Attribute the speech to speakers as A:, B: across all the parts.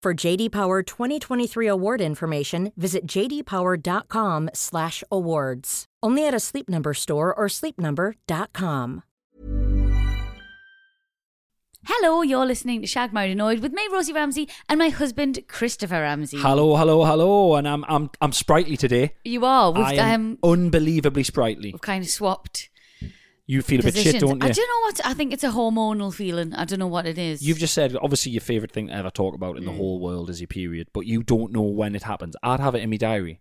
A: For JD Power 2023 award information, visit jdpower.com/awards. Only at a Sleep Number store or sleepnumber.com.
B: Hello, you're listening to Shag Married Annoyed with me, Rosie Ramsey, and my husband, Christopher Ramsey.
C: Hello, hello, hello, and I'm I'm I'm sprightly today.
B: You are. We've,
C: I am
B: um,
C: unbelievably sprightly.
B: we've kind of swapped
C: You feel a bit shit,
B: positions.
C: don't you?
B: I don't know what. I think it's a hormonal feeling. I don't know what it is.
C: You've just said obviously your favorite thing to ever talk about
B: Mm.
C: in the whole world is your period, but you don't know when it happens. I'd have it in my diary.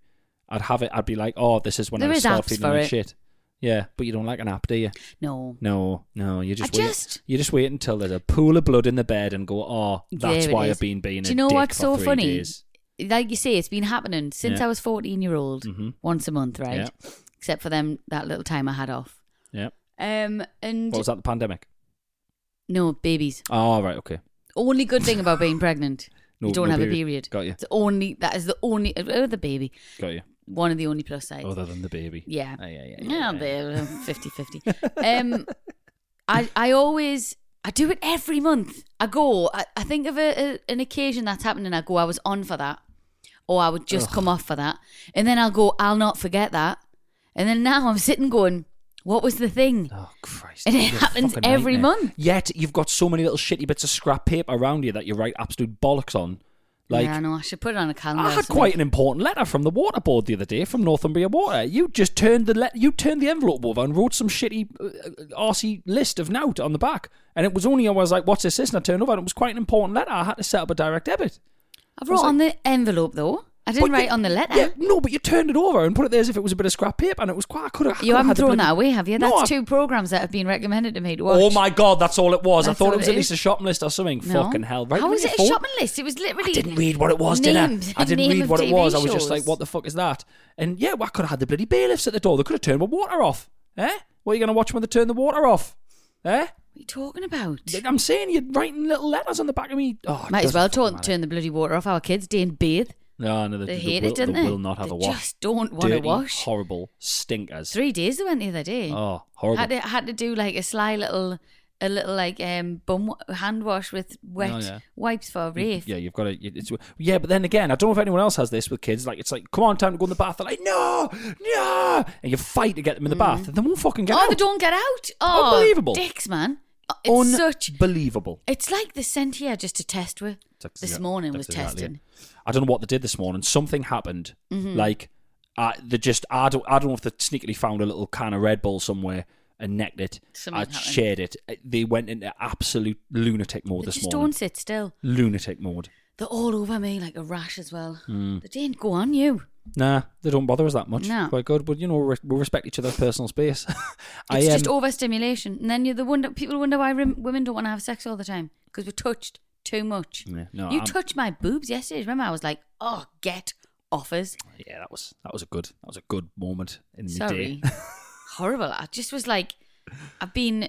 C: I'd have it. I'd be like, oh, this is when
B: There
C: I
B: is
C: start
B: apps
C: feeling
B: for
C: like
B: it.
C: shit. Yeah, but you don't like an app, do you?
B: no.
C: No, no. You just
B: I
C: wait.
B: just-
C: You just wait until there's a pool of blood in the bed and go, oh, that's
B: There it
C: why
B: is.
C: I've been being.
B: Do
C: a
B: you know
C: dick
B: what's
C: for
B: so
C: three
B: funny?
C: days."
B: Like you say, it's been happening since
C: Yeah.
B: I was fourteen year old,
C: Mhm.
B: once a month, right?
C: Yeah.
B: Except for them that little time I had off.
C: Yeah.
B: Um, and
C: What was that? The pandemic.
B: no babies.
C: Oh, right. Okay.
B: Only good thing about being pregnant,
C: No,
B: you don't
C: no
B: have a
C: period.
B: period.
C: Got you.
B: It's the only that is the only uh, the baby.
C: Got you.
B: One of the only plus sides.
C: Other than Oh, the baby.
B: Yeah.
C: Ah, yeah, yeah, yeah,
B: Yeah,
C: yeah.
B: but 50 50. um, I, I always, I do it every month. I go, I, I think of a, a, an occasion that's happening, I go, I was on for that, or I would just come off for that. And then I'll go, I'll not forget that. And then now I'm sitting going, what was the thing?
C: Oh Christ!
B: And it
C: you're a
B: happens
C: fucking
B: every
C: nightmare.
B: month.
C: Yet you've got so many little shitty bits of scrap paper around you that you write absolute bollocks on. Like
B: yeah, I know, I should put it on a calendar.
C: I
B: or
C: had
B: something.
C: quite an important letter from the water board the other day from Northumbria Water. You just turned the let you turned the envelope over and wrote some shitty uh, uh, arsey list of nout on the back. And it was only I was like, "What's this?" this? And I turned over, and it was quite an important letter. I had to set up a direct debit.
B: I wrote
C: I was
B: on the envelope, though. I didn't
C: But you-
B: write on the letter.
C: Yeah, no, but you turned it over and put it there as if it was a bit of scrap paper, and it was quite. I could have.
B: You haven't thrown that away, have you?
C: No,
B: That's
C: I-
B: two programs that have been recommended to me to watch.
C: Oh my god, that's all it was.
B: That's
C: I thought
B: all
C: it was
B: it
C: at least
B: is.
C: a shopping list or something.
B: No.
C: Fucking hell! Right
B: How
C: on
B: was
C: your
B: it a
C: phone.
B: shopping list? It was literally.
C: I didn't read what it was, did I?
B: names-
C: I didn't
B: name
C: read
B: of
C: what it
B: TV
C: was. I was just
B: shows.
C: like, what the fuck is that? And yeah, well, I could have had the bloody bailiffs at the door. They could have turned my water off. Eh? What are you going to watch when they turn the water off? Eh?
B: What are you talking about?
C: I'm saying you're writing little letters on the back of me. Oh, it
B: Might as
C: doesn't
B: well
C: fucking
B: turn,
C: matter.
B: turn the bloody water off. Our kids didn't bathe.
C: No, no, they,
B: They
C: they
B: hate
C: will,
B: it, didn't
C: they
B: they?
C: will not have
B: They
C: a wash.
B: just don't wanna
C: Dirty,
B: wash.
C: Horrible stinkers.
B: Three days they went the other day.
C: Oh, horrible.
B: Had to, had to do like a sly little, a little like um bum wa- hand wash with wet
C: Oh, yeah.
B: wipes for
C: You-
B: Rafe.
C: Yeah, you've got to. It's, yeah, but then again, I don't know if anyone else has this with kids. Like, it's like, come on, time to go in the bath. They're like, no, no, and you fight to get them in the bath, and they won't fucking get
B: oh,
C: out.
B: they don't get out. Oh,
C: Unbelievable.
B: Dicks, man. Oh, It's such.
C: Unbelievable.
B: It's like the sent here just to test with.
C: That's
B: This
C: exa-
B: morning was
C: that's exactly
B: testing.
C: it. I don't know what they did this morning. Something happened.
B: Mm-hmm.
C: Like, uh, they just. I don't. I don't know if they sneakily found a little can of Red Bull somewhere. And necked it.
B: Something
C: I
B: happened.
C: shared it. Uh, They went into absolute lunatic mode
B: They
C: this
B: just
C: morning.
B: don't sit still.
C: Lunatic mode.
B: They're all over me like a rash as well.
C: Hmm.
B: They didn't go on you.
C: Nah, they don't bother us that much.
B: No.
C: Quite good, but you know, we we respect each other's personal space. um,
B: It's just overstimulation, and then you're the wonder people wonder why rem- women don't want to have sex all the time because we're touched too much.
C: Yeah, no,
B: you
C: I'm-
B: touched my boobs yesterday. Remember, I was like, "Oh, get offers."
C: yeah, that was that was a good that was a good moment in the
B: Sorry,
C: day.
B: horrible. I just was like, I've been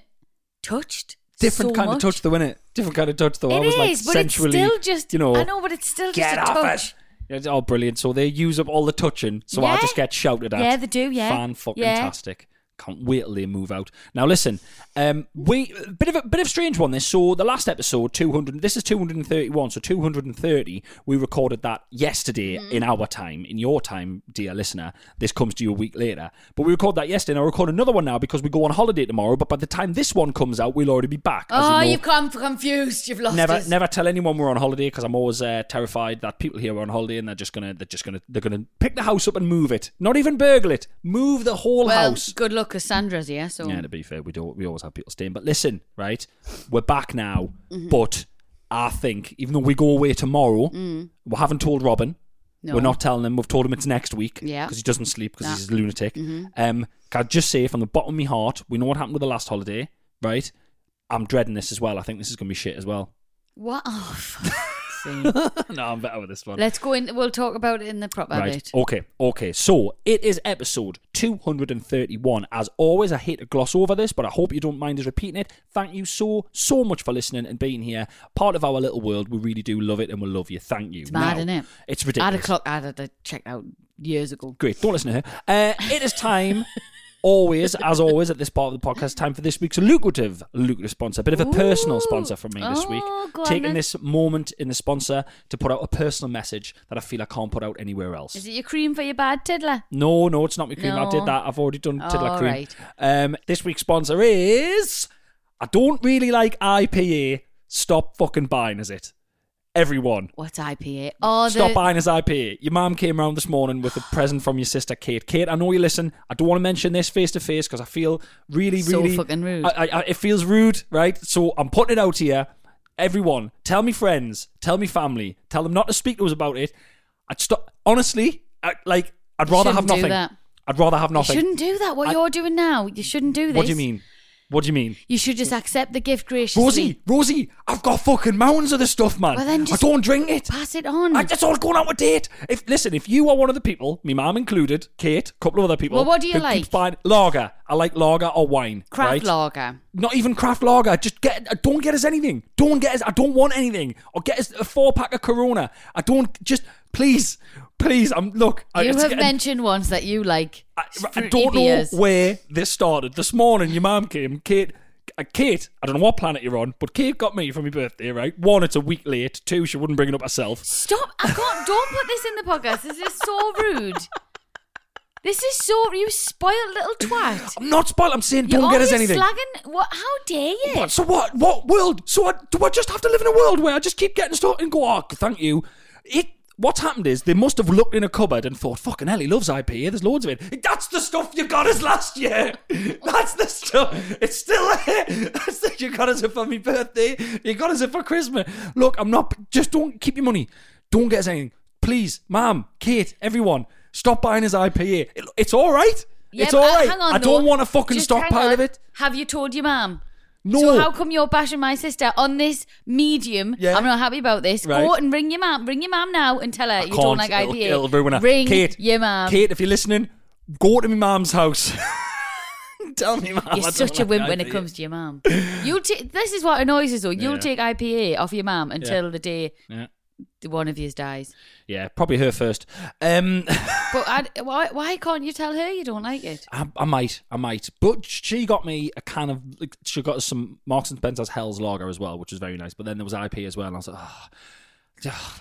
B: touched.
C: Different
B: so
C: kind
B: much.
C: of touch, though, innit? Different kind of touch, though. I
B: It
C: was like
B: is, but it's
C: sensually,
B: still just.
C: you know,
B: I know, but it's still
C: get
B: just a
C: off
B: touch.
C: it. Yeah, Oh, brilliant! So they use up all the touching, so I
B: Yeah.
C: just get shouted at.
B: Yeah, they do, yeah.
C: fan fucking tastic. Can't wait till they move out. Now listen, um, we bit of a bit of a strange one. This so the last episode two hundred. This is two hundred and thirty one. So two hundred and thirty. We recorded that yesterday
B: Mm-hmm.
C: in our time, in your time, dear listener. This comes to you a week later, but we recorded that yesterday. and I record another one now because we go on holiday tomorrow. But by the time this one comes out, we'll already be back. As
B: Oh,
C: you know,
B: you've come confused. You've lost
C: never
B: us.
C: never tell anyone we're on holiday because I'm always uh, terrified that people here are on holiday and they're just gonna they're just gonna they're gonna pick the house up and move it. Not even burgle it. Move the whole
B: well,
C: house.
B: good luck, Cassandra's here. So
C: Yeah, to be fair, we don't we always have people staying. But listen, right, we're back now.
B: Mm-hmm.
C: But I think even though we go away tomorrow, we haven't told Robin.
B: Mm. no.
C: We're not telling him. We've told him it's next week.
B: Yeah.
C: Because he doesn't sleep because
B: Nah. Mm-hmm.
C: he's a lunatic. Um, can I just say from the bottom of my heart, we know what happened with the last holiday, right? I'm dreading this as well. I think this is going to be shit as well.
B: What? Oh, fuck's sake.
C: no, I'm better with this one.
B: Let's go in. We'll talk about it in the proper
C: Right. Oh,
B: bit.
C: Okay. Okay. So it is episode 231. As always, I hate to gloss over this, but I hope you don't mind us repeating it. Thank you so, so much for listening and being here. Part of our little world. We really do love it and we love you. Thank you. It's
B: mad, innit?
C: It's
B: I had
C: ridiculous.
B: a clock. I had a check out years ago.
C: Great. Don't listen to her. Uh, it is time. Always, as always, at this part of the podcast, time for this week's lucrative, lucrative sponsor. A bit of a personal
B: Ooh.
C: sponsor from me this week.
B: Oh, go on
C: Taking
B: then.
C: this moment in the sponsor to put out a personal message that I feel I can't put out anywhere else.
B: Is it your cream for your bad tiddler?
C: No, no, it's not my cream. I did
B: No.
C: that. I've already done Tiddler
B: All
C: cream.
B: right.
C: Um, this week's sponsor is. I don't really like IPA. Stop fucking buying us it. Everyone.
B: What's IPA? Oh, the,
C: Stop buying us IPA. Your mum came round this morning with a present from your sister Kate. Kate, I know you listen. I don't want to mention this face to face because I feel really,
B: So
C: really
B: fucking rude.
C: I, I, I, it feels rude, right? So I'm putting it out here. Everyone, tell me friends, tell me family, tell them not to speak to us about it. I'd stop. Honestly, I, like I'd rather have
B: shouldn't do
C: nothing.
B: that.
C: I'd rather have
B: You
C: nothing.
B: shouldn't do that. What
C: I-
B: you're doing now, you shouldn't do this.
C: what do you mean? What do you mean?
B: You should just accept the gift graciously.
C: Rosie, Rosie, I've got fucking mountains of this stuff, man.
B: Well, then just
C: I don't drink it.
B: pass it on.
C: I, that's all going out with date. If listen, if you are one of the people, me mum included, Kate, a couple of other people.
B: Well, what do you
C: who
B: like?
C: Keeps buying lager. I like lager or wine.
B: Craft
C: right?
B: lager.
C: Not even craft lager. Just get. uh, Don't get us anything. Don't get us. I don't want anything. Or get us a four pack of Corona. I don't. Just please, please. I'm look. I,
B: You
C: it's
B: have
C: getting-
B: mentioned ones that you like.
C: I, I
B: fruity
C: don't know
B: beers.
C: where this started. This morning, your mum came, Kate. uh, Kate, I don't know what planet you're on, but Kate got me for my birthday, right? One, it's a week late. Two, she wouldn't bring it up herself.
B: Stop! I can't. Don't put this in the podcast. This is so rude. This is so you spoiled little twat.
C: I'm not spoiled. I'm saying
B: You
C: don't get us
B: always
C: anything.
B: Slagging. What? How dare you?
C: What? So what? What world? So I, do I just have to live in a world where I just keep getting stuff and go, oh, thank you. It. What's happened is they must have looked in a cupboard and thought, fucking hell, he loves IPA. There's loads of it. That's the stuff you got us last year. That's the stuff. It's still there. That's the, you got us it for my birthday. You got us it for Christmas. Look, I'm not. Just don't keep your money. Don't get us anything. Please, Mum, Kate, everyone, stop buying his IPA. eh? It- it's all right.
B: Yeah,
C: it's
B: but
C: all right.
B: Hang on,
C: I don't
B: though.
C: want a fucking
B: Just hang
C: stockpile
B: on.
C: of it.
B: Have you told your mum?
C: No.
B: So how come you're bashing my sister on this medium?
C: Yeah.
B: I'm not happy about this.
C: Right.
B: Go and ring your mum. Ring your mum now and tell her you don't like
C: Can't.
B: IPA.
C: It'll, it'll ruin her.
B: Ring
C: Kate,
B: your mum.
C: Kate, if you're listening, go to my mum's house. Tell me, mum. I
B: You're
C: don't
B: such a
C: like
B: wimp when
C: IPA.
B: it comes to your mum. You'll ta- this is what annoys us though. You'll
C: Yeah.
B: take IPA off your mum until the day
C: Yeah.
B: one of you dies.
C: Yeah, probably her first. Um,
B: But I'd, why, why can't you tell her you don't like it?
C: I, I might, I might. But she got me a can of. She got us some Marks and Spencer's Hell's Lager as well, which was very nice. But then there was IP as well, and I was like, oh,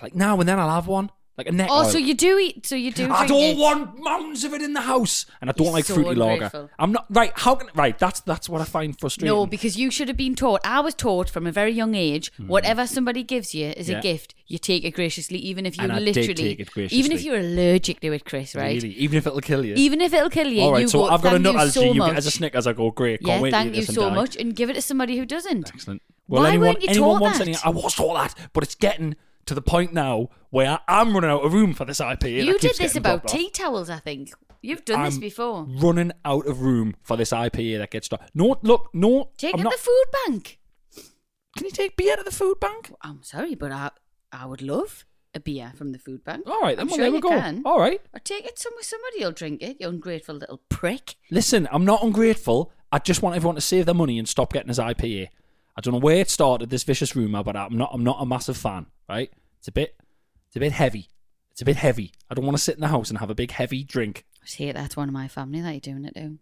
C: like now and then I'll have one, like a neck.
B: Oh,
C: oil.
B: so you do eat. So you do.
C: I
B: drink it.
C: don't want mounds of it in the house, and I don't
B: You're
C: like
B: so
C: fruity lager.
B: ungrateful.
C: I'm not right. How can right? That's that's what I find frustrating.
B: No, because you should have been taught. I was taught from a very young age, whatever somebody gives you is
C: Hmm. Yeah.
B: a gift. You take it graciously, even if you
C: And I did
B: literally,
C: take it graciously.
B: even if you're allergic to it, Chris. Right?
C: really, even if it'll kill you.
B: Even if it'll kill you,
C: All right,
B: you
C: so
B: go,
C: I've got a
B: "Thank
C: nut
B: you
C: allergy.
B: so
C: you
B: much.
C: get as a Snickers. I go great.
B: yeah,
C: Can't wait to
B: thank
C: eat
B: you
C: this and
B: so
C: die."
B: much, and give it to somebody who doesn't.
C: Excellent.
B: Why
C: Well, anyone,
B: weren't you
C: anyone
B: taught
C: wants
B: that?
C: any? I was taught that, but it's getting to the point now where I'm running out of room for this IP. and
B: you
C: that
B: did
C: keeps
B: this
C: getting
B: about
C: dropped off.
B: tea towels, I think. You've done this
C: I'm
B: before.
C: Running out of room for this IPA that gets dropped. No, look, no.
B: Take
C: I'm
B: it
C: not,
B: to the food bank.
C: Can you take beer to the food bank?
B: I'm sorry, but I I would love a beer from the food bank.
C: All right, then.
B: I'm
C: well,
B: sure
C: there we
B: you
C: go.
B: Can.
C: All right.
B: Or take it somewhere. Somebody will drink it. You ungrateful little prick.
C: Listen, I'm not ungrateful. I just want everyone to save their money and stop getting his IPA. I don't know where it started, this vicious rumor, but I'm not. I'm not a massive fan. Right? It's a bit. It's a bit heavy. It's a bit heavy. I don't want to sit in the house and have a big heavy drink.
B: I hate that's one of my family that you're doing it to.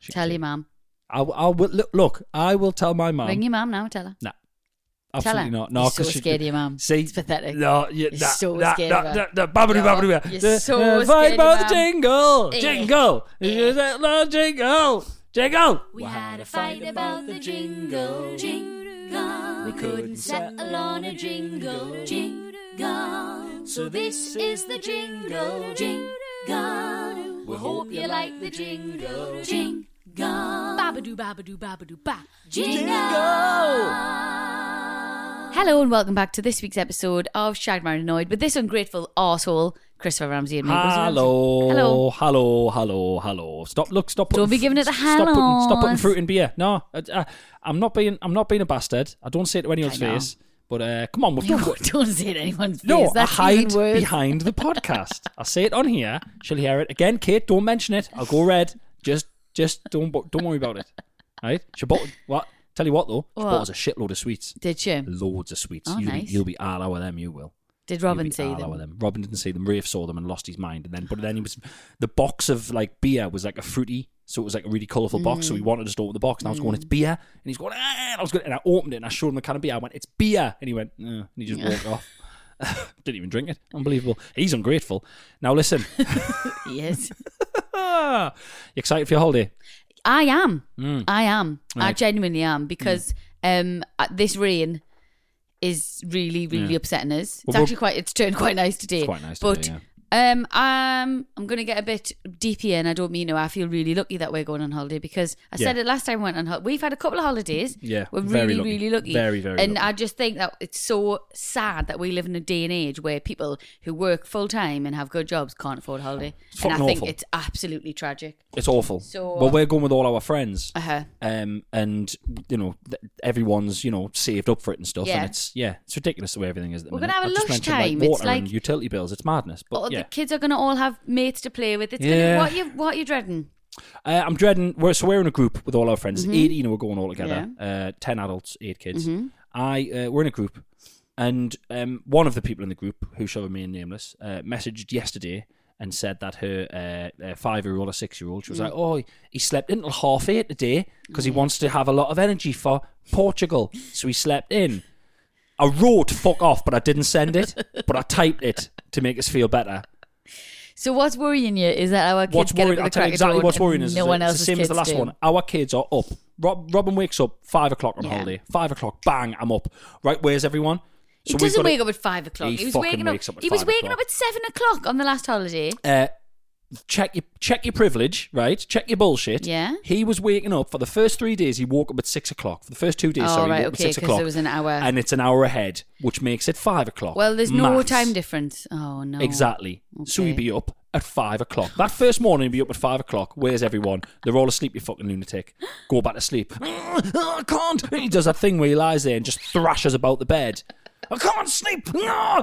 C: she-
B: Tell your mum.
C: I, w- I will look, look. I will tell my mum.
B: Ring your mum now. Tell her.
C: Nah,
B: Tell
C: absolutely
B: her.
C: not. No,
B: You're so
C: 'cause she'd
B: scared
C: be-
B: of your mum.
C: See,
B: It's pathetic.
C: No, you,
B: You're
C: nah,
B: so
C: nah,
B: scared
C: nah,
B: of her.
C: nah, nah, babbity,
B: You're-
C: babbity, babbity.
B: you're
C: The-
B: so
C: the
B: scared
C: fight
B: of
C: about
B: your
C: uh, the
B: mum.
C: jingle,
B: Eh,
C: jingle, Is that the jingle, jingle.
D: We had a fight about the jingle, jingle. We couldn't settle on a jingle, jingle. So this is the jingle, jingle. We hope you like the jingle, jingle. Babadoo, babadoo, babadoo, ba. Jingle.
B: Hello and welcome back to this week's episode of Shagged Married Annoyed with this ungrateful arsehole, Christopher Ramsey and me. Rosie Ramsey.
C: Hello,
B: Hello.
C: hello, hello, hello. Stop! Look, stop!
B: Don't
C: putting-
B: be giving it the
C: Stop putting, stop putting
B: hellos.
C: fruit in beer. No, I, I, I'm not being. I'm not being a bastard. I don't say it to anyone's
B: I know.
C: face. But uh, come on, we've done.
B: No, don't say it to anyone's face.
C: No, I
B: That's
C: hide
B: even worse.
C: behind the podcast. I say it on here. She'll hear it again. Kate, don't mention it. I'll go red. Just, just don't, bo- don't worry about it. Right? She bought what? Tell you what though, she
B: What?
C: bought us a shitload of sweets.
B: Did you?
C: Loads of sweets.
B: Oh,
C: you'll,
B: nice.
C: be, you'll be all over them. You will.
B: Did
C: You'll
B: Robin
C: be
B: see
C: all over
B: them?
C: Robin didn't see them. Rafe saw them and lost his mind. And then, but then he was the box of like beer was like a fruity. So it was like a really colourful box.
B: Mm.
C: So he wanted us to open the box, and I was going, "It's beer," and he's going, "Ah!" And I was going, and I opened it, and I showed him the can of beer. I went, "It's beer," and he went, "Eh," and he just walked off. Didn't even drink it. Unbelievable. He's ungrateful. Now listen, you
B: Yes.
C: excited for your holiday?
B: I am. I am. I
C: Hmm. Right.
B: genuinely am because um, uh, this rain is really, really upsetting us. It's
C: Well, we're-
B: actually quite. It's turned quite nice today.
C: It's quite nice
B: but
C: today,
B: um, um, I'm going to get a bit deep here, and I don't mean to. I feel really lucky that we're going on holiday because I said
C: Yeah.
B: it last time we went on holiday. We've had a couple of holidays.
C: Yeah,
B: we're
C: very
B: really,
C: lucky.
B: really lucky.
C: Very, very
B: And
C: lucky.
B: I just think that it's so sad that we live in a day and age where people who work full time and have good jobs can't afford a holiday.
C: It's
B: and I
C: fucking
B: think
C: awful.
B: it's absolutely tragic.
C: It's awful.
B: So-
C: well, we're going with all our friends.
B: Uh huh.
C: um, and you know th- everyone's you know saved up for it and stuff.
B: Yeah.
C: And it's yeah, it's ridiculous the way everything is. At the
B: We're
C: minute.
B: gonna have a
C: I've just
B: lush
C: mentioned,
B: time.
C: Like
B: It's
C: water and
B: like-
C: utility bills. It's madness. But
B: Oh,
C: yeah,
B: the kids are going to all have mates to play with. It's
C: Yeah.
B: gonna, what you what you dreading?
C: uh, I'm dreading. We're, so we're in a group with all our friends. It's 18 who are going all together. Uh, Ten adults, eight kids. I uh, we're in a group, and um, one of the people in the group who shall remain nameless uh, messaged yesterday. And said that her uh, uh, five-year-old or six-year-old, she was like, "Oh, he slept in till half eight today because he wants to have a lot of energy for Portugal, so he slept in." I wrote "fuck off," but I didn't send it. but I typed it to make us feel better.
B: So what's worrying you is that our kids
C: What's
B: get
C: worrying?
B: up
C: I'll
B: with
C: tell you exactly what's worrying is
B: no
C: that
B: one
C: it's
B: else
C: the same as the last one. Our kids are up. Rob, Robin wakes up five o'clock on
B: Yeah.
C: holiday. Five o'clock, bang, I'm up. Right, where's everyone?
B: He
C: we've
B: doesn't
C: gotta-
B: wake up at five o'clock.
C: He
B: He, was
C: fucking
B: waking up.
C: wakes up at
B: he was
C: five
B: waking up
C: o'clock.
B: at seven o'clock on the last holiday.
C: Uh, check your check your privilege, right? Check your bullshit.
B: Yeah.
C: He was waking up for the first three days. He woke up at six o'clock. For the first two days,
B: Oh,
C: sorry,
B: right,
C: he woke
B: okay,
C: up at six
B: 'cause
C: o'clock.
B: there was an hour.
C: and it's an hour ahead, which makes it five o'clock.
B: Well, there's no
C: Maths.
B: time difference. Oh no.
C: Exactly. So
B: Okay.
C: he'd be up at five o'clock. That first morning, he'd be up at five o'clock. Where's everyone? They're all asleep, you fucking lunatic. Go back to sleep. I can't. He does that thing where he lies there and just thrashes about the bed. I can't sleep. No,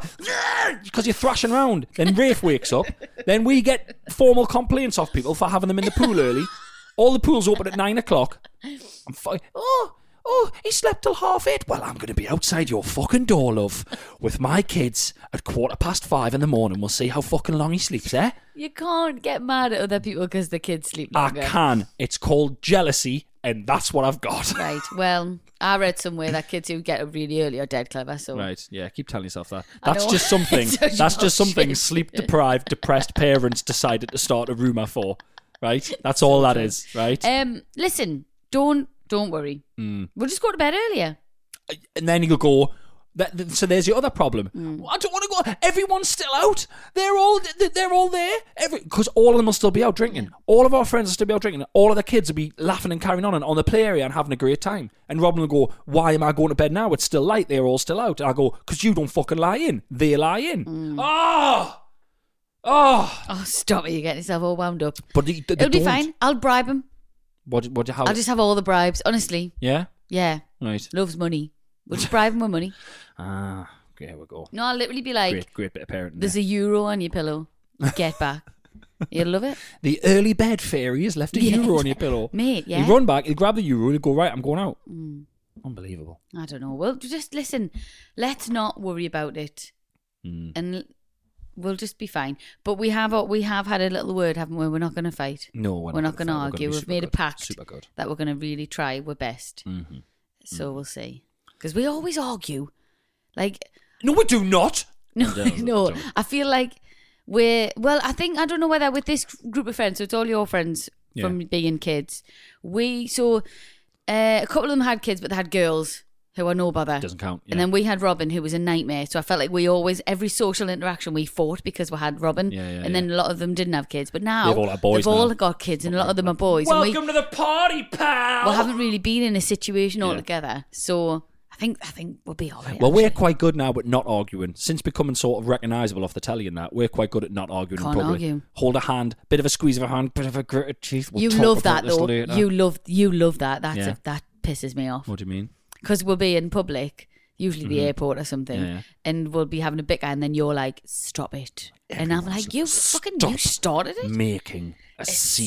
C: because you're thrashing around. Then Rafe wakes up. Then we get formal complaints off people for having them in the pool early. All the pools open at nine o'clock. I'm fi- Oh, oh, he slept till half eight. Well, I'm going to be outside your fucking door, love, with my kids at quarter past five in the morning. We'll see how fucking long he sleeps, eh?
B: You can't get mad at other people because the kids sleep
C: I
B: longer.
C: can. It's called jealousy, and that's what I've got.
B: Right. Well, I read somewhere that kids who get up really early are dead clever. So
C: Right, yeah, keep telling yourself that.
B: I
C: That's
B: know.
C: just something.
B: It's such
C: that's just something
B: bullshit.
C: sleep deprived, depressed parents decided to start a rumour for. Right? That's all that is, right?
B: Um. Listen. Don't. Don't worry.
C: Mm.
B: We'll just go to bed earlier.
C: and then you'll go. That, th- so there's your other problem.
B: Mm.
C: "Well, I don't want to go. Everyone's still out. They're all th- they're all there. Every because all of them will still be out drinking. All of our friends will still be out drinking. All of the kids will be laughing and carrying on and on the play area and having a great time. And Robin will go, "Why am I going to bed now? It's still late. They're all still out." And I go, "Because you don't fucking lie in. They lie
B: Mm.
C: in. Ah, ah."
B: Oh, stop it! You're getting yourself all wound up.
C: But they, they
B: It'll be
C: don't. Oh.
B: fine. I'll bribe him.
C: What? What? How?
B: I'll just have all the bribes. Honestly,
C: yeah.
B: yeah,
C: Right.
B: loves money. We'll just bribe him with money.
C: Ah. Okay. Here we go.
B: No, I'll literally be like,
C: great. Great bit of parenting.
B: "There's
C: there.
B: a euro on your pillow. Get back." You'll love it.
C: The early bed fairy has left a
B: Yeah.
C: euro on your pillow.
B: Mate, yeah. Mm.
C: You run back, you grab the euro, you go, right, I'm going out. Unbelievable. Hmm.
B: I don't know. Well, just listen. Let's not worry about it, and We'll just be fine. But we have uh, we have had a little word, haven't we? We're not going to fight.
C: No, we're,
B: we're not going to
C: fight. We're
B: argue.
C: be
B: We've
C: super
B: made a
C: good.
B: pact
C: Super good.
B: that we're going to really try our best.
C: Mm-hmm.
B: So we'll see. Because we always argue. Like,
C: No, we do not.
B: no,
C: don't, I
B: no.
C: don't.
B: I feel like we're, well, I think, I don't know whether with this group of friends, so it's all your friends from
C: Yeah.
B: being kids. We, so uh, a couple of them had kids, but they had girls who are no bother.
C: Doesn't count.
B: And
C: yeah.
B: then we had Robin, who was a nightmare. So I felt like we always, every social interaction, we fought because we had Robin.
C: Yeah, yeah,
B: and then a lot of them didn't have kids. But now
C: They've all got boys
B: they've all
C: now.
B: got kids, and a lot of them are boys. and we-
C: Welcome to the party, pal.
B: we haven't really been in a situation
C: Yeah.
B: altogether. So I think I think we'll be all right.
C: Well, we're
B: actually.
C: quite good now at not arguing. Since becoming sort of recognisable off the telly and that, we're quite good at not arguing.
B: Can't
C: probably.
B: argue.
C: Hold a hand, bit of a squeeze of a hand, bit of a grit of teeth. We'll
B: you
C: talk
B: love
C: about
B: that
C: this
B: though.
C: later.
B: You love you love that. That's
C: Yeah.
B: a, that pisses me off
C: What do you mean?
B: because we'll be in public, usually the airport or something,
C: Mm-hmm. Yeah, yeah.
B: and we'll be having a big guy, and then you're like, "Stop it," and I'm like, "You fucking you
C: stop
B: started it."
C: Making a, scene.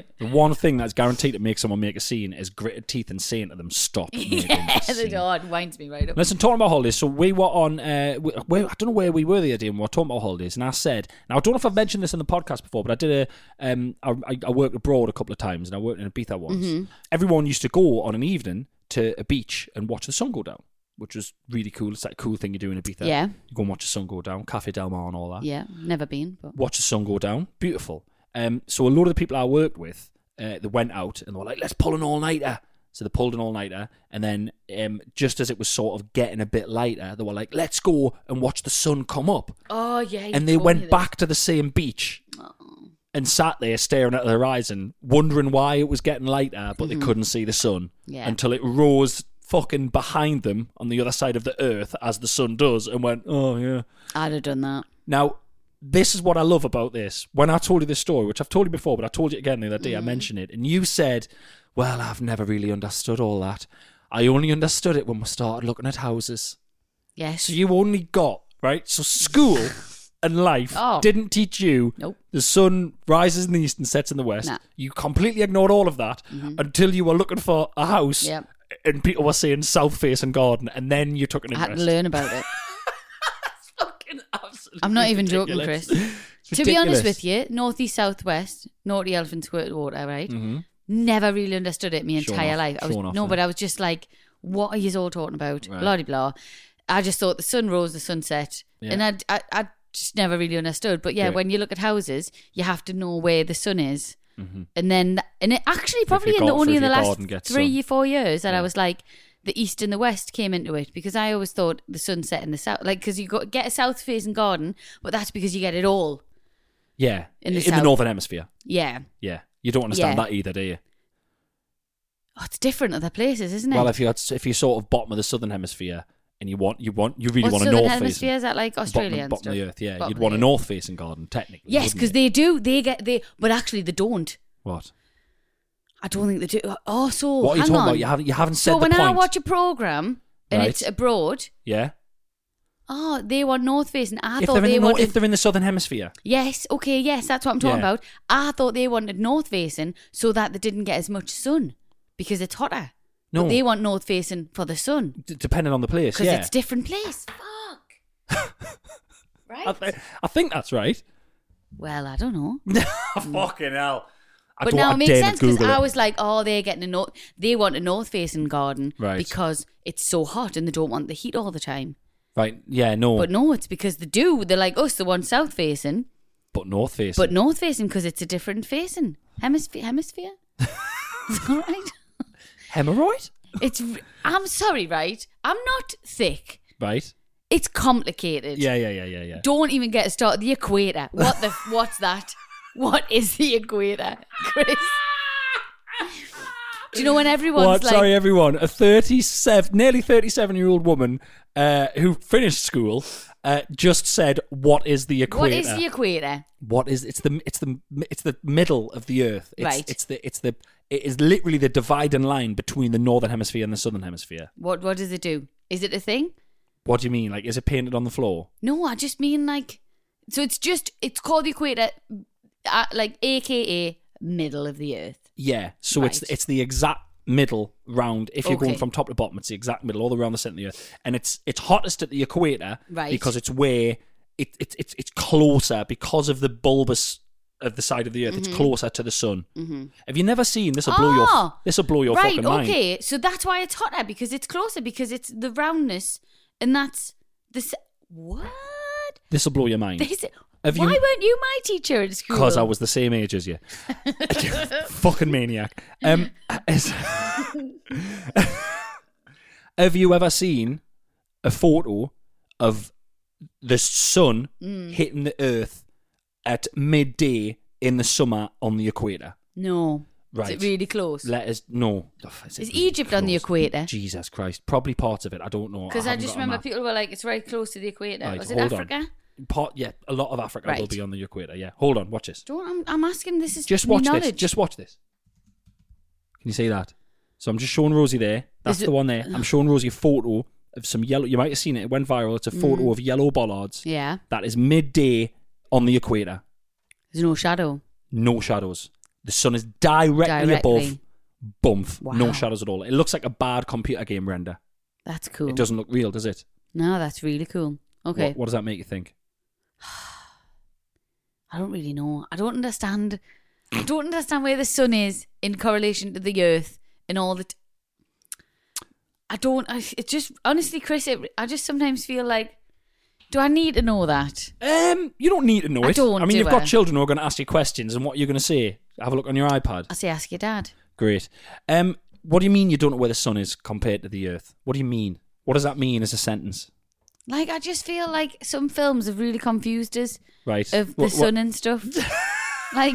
B: Scene.
C: The one thing that's guaranteed to make someone make a scene is gritted teeth and saying to them, "Stop." making
B: Yeah,
C: a
B: the
C: scene."
B: door winds me right up.
C: Listen, talking about holidays, so we were on. Uh, we, where, I don't know where we were the other day, and we were talking about holidays, and I said, now I don't know if I've mentioned this in the podcast before, but I did a. Um, I, I- I worked abroad a couple of times, and I worked in Ibiza once.
B: Mm-hmm.
C: Everyone used to go on an evening to a beach and watch the sun go down, which was really cool. It's that cool thing you do in Ibiza.
B: Yeah.
C: you go and watch the sun go down, Cafe Del Mar, and all that
B: Yeah, never been, but
C: watch the sun go down. Beautiful. Um, so a lot of the people I worked with, uh, they went out and they were like, "Let's pull an all nighter." So they pulled an all nighter, and then um, just as it was sort of getting a bit lighter, they were like, "Let's go and watch the sun come up."
B: oh yeah, you
C: and they
B: told me
C: went
B: this.
C: back to the same beach and sat there staring at the horizon, wondering why it was getting lighter, but they couldn't see the sun
B: Mm-hmm. Yeah.
C: until it rose fucking behind them on the other side of the earth as the sun does, and went, "Oh yeah."
B: I'd have done that.
C: Now, this is what I love about this. When I told you this story, which I've told you before, but I told you again the other day, I
B: Mm.
C: mentioned it, and you said, Well, I've never really understood all that. I only understood it when we started looking at houses.
B: Yes,
C: So you only got, right? So school and life
B: Oh.
C: didn't teach you
B: Nope.
C: the sun rises in the east and sets in the west.
B: Nah. Mm-hmm.
C: You completely ignored all of that until you were looking for a house
B: Yep.
C: and people were saying south face and garden, and then you took an
B: I
C: interest.
B: had to learn about it.
C: Fucking absolutely
B: I'm not even joking,
C: ridiculous.
B: Chris.
C: It's
B: to be honest
C: ridiculous.
B: with you, northeast, southwest, naughty elephant squirted water, right? Never really understood it my
C: Mm-hmm. Sure
B: entire
C: enough,
B: life. I was,
C: sure enough,
B: no,
C: eh?
B: but I was just like, what are you all talking about?
C: Right.
B: Blah de blah. I just thought the sun rose, the sun set,
C: Yeah.
B: and I'd, I I just never really understood. But yeah,
C: Right.
B: when you look at houses, you have to know where the sun is, and then and it actually probably
C: your
B: in the,
C: gar-
B: only
C: Mm-hmm.
B: in
C: if
B: the last
C: your garden gets
B: three
C: sun.
B: four years that I
C: Yeah.
B: was like. The east and the west came into it because I always thought the sun set in the south, like because you got get a south facing garden, but that's because you get it all.
C: Yeah,
B: In
C: in
B: the
C: the,
B: south.
C: northern hemisphere.
B: Yeah.
C: Yeah, you don't understand
B: Yeah.
C: that either, do you?
B: Oh, it's different other places, isn't it?
C: Well, if you if you sort of bottom of the southern hemisphere and you want you want you really
B: What's
C: want a
B: southern
C: north
B: hemisphere?
C: facing
B: Is that like
C: bottom,
B: Australia
C: of-
B: and
C: bottom of the
B: stuff?
C: earth, yeah,
B: Bottom
C: you'd
B: of
C: want
B: the
C: a
B: earth.
C: north facing garden technically.
B: Yes,
C: wouldn't
B: because
C: you?
B: they do. They get they, but actually they don't.
C: what?
B: I don't think they do. Oh, so
C: What are
B: hang
C: you talking
B: on.
C: about? You haven't you haven't said
B: so
C: the
B: when
C: point.
B: I watch a program and
C: Right.
B: it's abroad,
C: yeah,
B: oh, they want north facing. I
C: if
B: thought
C: they're in
B: they
C: the nor-
B: wanted.
C: if they're in the southern hemisphere,
B: Yes, okay, yes, that's what I'm talking
C: Yeah.
B: about. I thought they wanted north facing so that they didn't get as much sun because it's hotter.
C: no,
B: But they want north facing for the sun
C: d- depending on the place,
B: because
C: yeah.
B: it's different place. Fuck. right.
C: I, thi- I think that's right.
B: Well, I don't know.
C: Fucking hell! I
B: Mm. but
C: don't-
B: now
C: I
B: it makes
C: dare not
B: sense because
C: Google
B: I
C: it.
B: was like, oh, they're getting a north. They want a north facing garden
C: Right.
B: because it's so hot and they don't want the heat all the time.
C: right. Yeah, no,
B: But no, it's because they do. They're like us, the one south facing,
C: but north facing.
B: but north facing because it's a different facing hemisphere. Hemisphere. it's all right.
C: hemorrhoid,
B: It's. r- I'm sorry, right? I'm not thick.
C: right?
B: It's complicated.
C: Yeah, yeah, yeah, yeah, yeah.
B: Don't even get started. The equator. What the? f- what's that? What is the equator, Chris? Do you know when everyone's
C: What?
B: like?
C: Sorry, everyone. A 37, nearly 37 year old woman uh, who finished school uh, just said, "What is the equator?
B: What is the e-, equator?
C: What is- it's the it's the it's the middle of the Earth. It's,
B: Right.
C: It's the it's the it is literally the dividing line between the northern hemisphere and the southern hemisphere.
B: What what does it do? Is it a thing?
C: What do you mean? Like, is it painted on the floor?
B: No, I just mean like so it's just it's called the equator uh, like aka middle of the earth.
C: Yeah. So it's
B: Right.
C: it's the exact middle round. If you're
B: Okay.
C: going from top to bottom, it's the exact middle, all the way around the centre of the earth, and it's it's hottest at the equator
B: Right.
C: because it's where it, it, it's it's closer because of the bulbous of the side of the earth. It's closer to the sun. Mm-hmm. Have you never seen this? Will blow your
B: Ah!
C: this will blow your
B: right,
C: fucking mind.
B: okay. So that's why it's hotter because it's closer because it's the roundness and that's the s what?
C: This will blow your mind.
B: This,
C: Mm. Have you-
B: why weren't you my teacher at school?
C: because I was the same age as you. Fucking maniac. Um, is- have you ever seen a photo of the sun
B: Mm.
C: hitting the earth at midday in the summer on the equator?
B: no.
C: Right.
B: Is it really close?
C: Let us no. Ugh,
B: Is
C: really
B: Egypt on the equator?
C: Jesus Christ, probably part of it. I don't know.
B: Because I,
C: haven't
B: just
C: got a
B: remember
C: map.
B: people were like, it's right close to the equator.
C: Right,
B: was it
C: hold on.
B: Africa?
C: Part, yeah, a lot of Africa will
B: Right.
C: be on the equator. Yeah, hold on, watch this.
B: Don't, I'm, I'm asking, this is
C: Just
B: new
C: watch
B: knowledge.
C: this. Just watch this. Can you see that? So I'm just showing Rosie there. That's
B: Is it-
C: the one there. I'm showing Rosie a photo of some yellow. You might have seen it. It went viral. It's a photo of yellow bollards.
B: Mm. Yeah.
C: That is midday on the equator.
B: There's no shadow.
C: No shadows. The sun is directly, above.
B: Directly.
C: Bump. No
B: Wow.
C: shadows at all. It looks like a bad computer game render.
B: That's cool.
C: It doesn't look real, does it?
B: No, that's really cool. Okay.
C: What, what does that make you think?
B: I don't really know. I don't understand. I don't understand where the sun is in correlation to the earth and all that. I don't. I, it just honestly, Chris. It, I just sometimes feel like, do I need to know that?
C: Um, you don't need to know
B: I
C: it.
B: don't,
C: I mean,
B: do
C: you've got
B: I?
C: children who are going to ask you questions, and what you're going to say. Have a look on your iPad.
B: I say, ask your dad.
C: Great. Um, what do you mean you don't know where the sun is compared to the Earth? What do you mean? What does that mean as a sentence?
B: Like, I just feel like some films have really confused us
C: Right.
B: of the
C: What- what-
B: sun and stuff, like,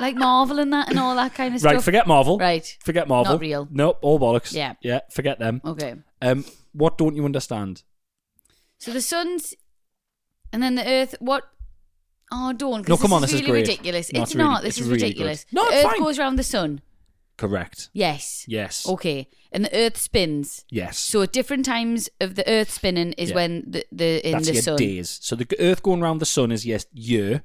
B: like Marvel and that and all that kind of
C: right.
B: stuff.
C: Forget Marvel.
B: Right.
C: Forget Marvel.
B: Not real.
C: Nope. All bollocks.
B: Yeah. Oh.
C: Yeah. Forget them.
B: Okay.
C: Um, what don't you understand?
B: So the sun's, and then the Earth. What? Oh, dawn. 'cause
C: No, come on,
B: This is
C: this is
B: really
C: great.
B: ridiculous.
C: No,
B: it's
C: it's really-
B: not. This
C: it's
B: is
C: really
B: ridiculous.
C: good. No,
B: the
C: it's
B: Earth
C: fine.
B: goes around the sun.
C: Correct.
B: Yes.
C: Yes.
B: Okay. And the Earth spins.
C: Yes.
B: So at different times of the Earth spinning is
C: Yeah.
B: when the, the in
C: That's
B: the
C: your
B: sun.
C: days. So the Earth going round the sun is yes year,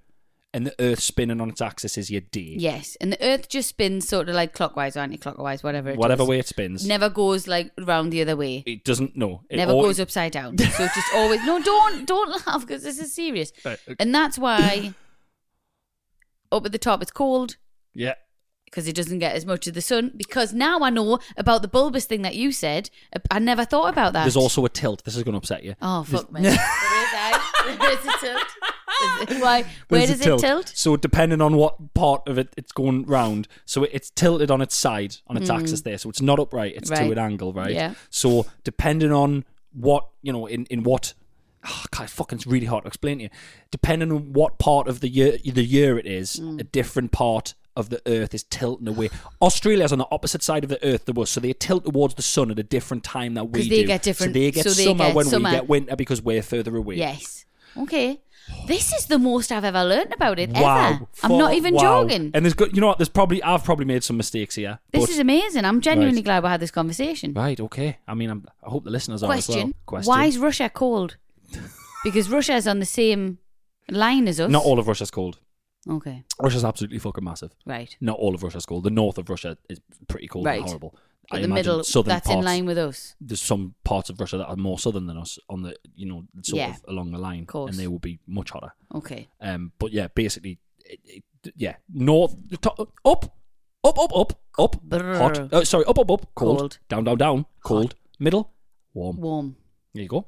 C: and the Earth spinning on its axis is your day.
B: Yes, and the Earth just spins sort of like clockwise or anti-clockwise, whatever. It
C: Whatever
B: does.
C: way it spins,
B: Never goes like round the other way.
C: it doesn't. No. It
B: never
C: al-
B: goes upside down. So it's just always no. Don't don't laugh because this is serious.
C: Right, okay.
B: And that's why up at the top it's cold.
C: Yeah.
B: because it doesn't get as much of the sun. Because now I know about the bulbous thing that you said. I never thought about that.
C: There's also a tilt. This is going to upset you.
B: oh fuck me. There is, eh? There is a tilt. Is it- Why? Where
C: There's a
B: does it tilt?
C: So depending on what part of it it's going round, so it- it's tilted on its side, on its axis there. So it's not upright; it's
B: Hmm. Right.
C: to an angle, right?
B: Yeah.
C: So depending on what you know, in in what, oh, God, fucking, it's really hard to explain to you. Depending on what part of the year the year it is,
B: Hmm.
C: a different part of the Earth is tilting away. Australia's on the opposite side of the Earth than us, so they tilt towards the sun at a different time that we
B: 'Cause they
C: do.
B: get different-
C: So they get
B: so they
C: summer
B: get
C: when
B: summer.
C: we get winter because we're further away.
B: Yes. Okay. This is the most I've ever learned about it
C: Wow.
B: ever. I'm not
C: Fuck,
B: even
C: wow.
B: joking.
C: And there's got you know what, there's probably I've probably made some mistakes here.
B: this
C: but-
B: is amazing. I'm genuinely
C: Right.
B: glad we had this conversation.
C: Right, okay. I mean I'm, I hope the listeners are as well.
B: Question, Why is Russia cold? because Russia's on the same line as us.
C: not all of Russia's cold.
B: Okay.
C: Russia's absolutely fucking massive.
B: Right.
C: Not all of Russia's cold. The north of Russia is pretty cold
B: Right.
C: and horrible.
B: But
C: I
B: the
C: imagine
B: middle
C: southern
B: that's
C: parts,
B: in line with us.
C: there's some parts of Russia that are more southern than us on the you know, sort
B: Yeah.
C: of along the line.
B: course.
C: And they will be much hotter.
B: Okay.
C: Um, but yeah, basically, it, it, yeah, north, the top, up, up, up, up, up,
B: Brrr.
C: hot. Oh, sorry, up, up, up, cold,
B: Cold.
C: down, down, down, cold, middle, warm.
B: Warm.
C: There you go.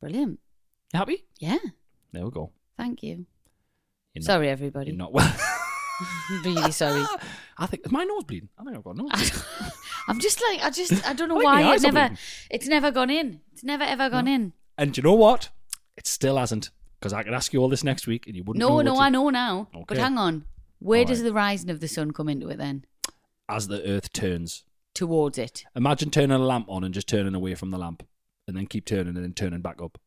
B: Brilliant.
C: You happy?
B: Yeah.
C: There we go.
B: Thank you.
C: You're not-
B: sorry, everybody.
C: You're not well.
B: really sorry.
C: I think is my nose bleeding. I think I've got a nose.
B: I
C: bleeding.
B: don't- I'm just like I just I don't know
C: I think
B: why
C: my
B: it
C: eyes are
B: never
C: bleeding.
B: it's never gone in. It's never ever gone in.
C: and you know what? It still hasn't because I could ask you all this next week and you wouldn't.
B: No,
C: know
B: no,
C: what
B: I
C: to-
B: know now. But
C: Okay.
B: hang on. Where
C: All
B: does
C: right.
B: the rising of the sun come into it then?
C: As the Earth turns,
B: Towards it.
C: imagine turning a lamp on and just turning away from the lamp, and then keep turning and then turning back up,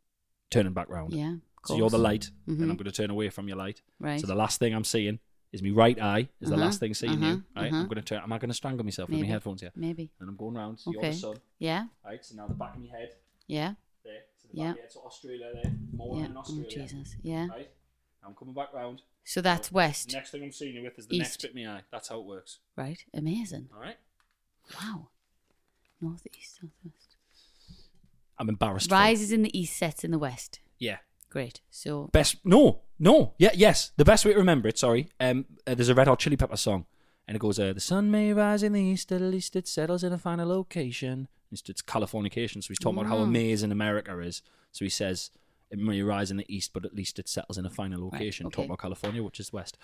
C: turning back round.
B: Yeah. of
C: So you're the
B: course.
C: light,
B: Mhm.
C: and I'm going to turn away from your light.
B: Right.
C: So the last thing I'm seeing is my right eye is the
B: Uh-huh,
C: last thing seeing
B: uh-huh,
C: you. Right.
B: uh-huh.
C: I'm going to turn. Am I going to strangle myself with
B: Maybe.
C: my headphones here?
B: Maybe.
C: And I'm going round. So You're
B: Okay.
C: the sun.
B: Yeah.
C: Right. So now the back of my head
B: Yeah.
C: there. So the
B: Yeah.
C: back of my head. So Australia there. More
B: Yeah.
C: than
B: Oh
C: Australia.
B: Jesus. Yeah.
C: Right. I'm coming back round.
B: So that's west.
C: Next thing I'm seeing you with is the next
B: East.
C: bit of my eye. That's how it works.
B: Right. Amazing.
C: All right.
B: Wow. Northeast, southwest.
C: I'm embarrassed. for-
B: Rises in the east, sets in the west.
C: Yeah.
B: Great. So
C: Best no no yeah yes the best way to remember it. Sorry, um, uh, there's a Red Hot Chili Pepper song, and it goes, uh, "The sun may rise in the east, at least it settles in a final location." It's, it's Californication, so he's talking
B: Mm.
C: about how amazing America is. So he says, "It may rise in the east, but at least it settles in a final location."
B: okay.
C: Talking about California, which is west.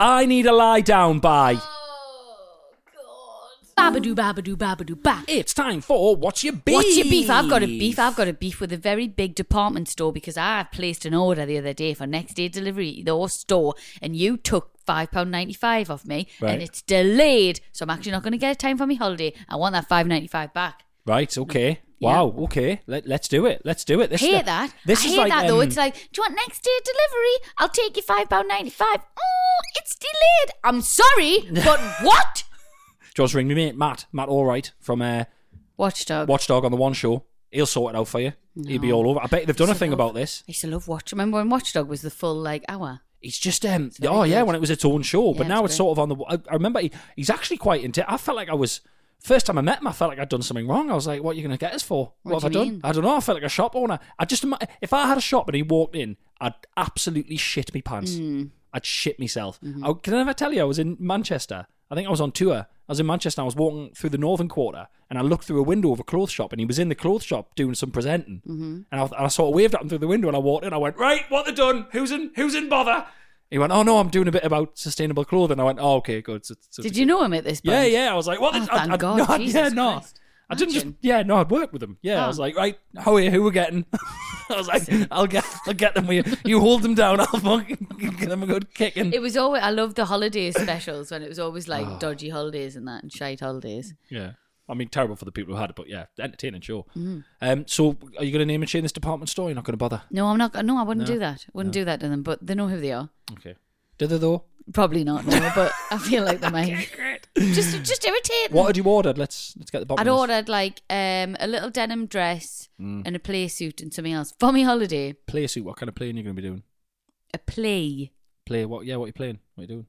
C: I need a lie down by.
B: babadoo, babadoo, babadoo, ba.
C: It's time for what's your beef?
B: What's your beef? I've got a beef. I've got a beef with a very big department store because I placed an order the other day for next day delivery. Your store, and you took five pound ninety five off me,
C: Right.
B: and it's delayed. So I'm actually not going to get a time for my holiday. I want that five ninety five back.
C: Right. Okay.
B: Yeah.
C: Wow. Okay. Let Let's do it. Let's do it. This
B: hate that.
C: This
B: I
C: is
B: hate
C: like
B: that though.
C: um,
B: It's like, do you want next day delivery? I'll take you five pound ninety five. Oh, it's delayed. I'm sorry, but what?
C: Just ring me, mate. Matt. Matt Allright from uh,
B: Watchdog.
C: Watchdog on the One Show. He'll sort it out for you. He'll be all over. I bet they've done a thing about this.
B: I used to love Watch. Remember when Watchdog was the full like hour?
C: It's just um.
B: very
C: oh yeah,
B: good.
C: when it was its own show, but
B: Yeah,
C: now
B: it's
C: it's sort of on the. I, I remember he, he's actually quite into. I felt like I was. First time I met him, I felt like I'd done something wrong. I was like, "What are you going to get us for? What,
B: What
C: have
B: do
C: I
B: you
C: done?
B: mean?
C: I don't know. I felt like a shop owner. I just ima- if I had a shop and he walked in, I'd absolutely shit me pants. I'd shit myself. I, can I never tell you? I was in Manchester. I think I was on tour. I was in Manchester. I was walking through the northern quarter, and I looked through a window of a clothes shop, and he was in the clothes shop doing some presenting. Mm-hmm. And, I, and I sort of waved at him through the window, and I walked in. I went, "Right, what they done? Who's in? Who's in bother?" He went, "Oh no, I'm doing a bit about sustainable clothing." I went, "Oh, okay, good." So, so-
B: Did you know him at this point?
C: yeah, yeah. I was like, what?
B: Oh,
C: the-
B: thank
C: I, I,
B: God.
C: no, I- yeah,
B: Jesus
C: no.
B: Christ.
C: I didn't just.
B: Imagine.
C: Yeah, no. I'd worked with them. Yeah, I
B: Oh.
C: was like, right, how are you? Who we getting? I was like, I'll get, I'll get them. You, you hold them down. I'll fucking get them a good kicking.
B: It was always I loved the holiday Ah. specials when it was always like dodgy holidays and that and shite holidays.
C: Yeah. I mean, terrible for the people who had it, but yeah, entertaining, sure.
B: Mm.
C: Um, so, are you going to name and shame this department store? You're not going to bother.
B: No, I'm not. No, I wouldn't do that. Wouldn't do that to them. But they know who they are.
C: Okay. Did they though?
B: Probably not. No, but I feel like they might. just, just irritating.
C: What had you ordered? Let's let's get the bottom.
B: I'd
C: of this.
B: ordered like um, a little denim dress and a play suit and something else for my holiday.
C: play suit. What kind of playing are you going to be doing?
B: A play.
C: Play what? Yeah, what are you playing? What are you doing?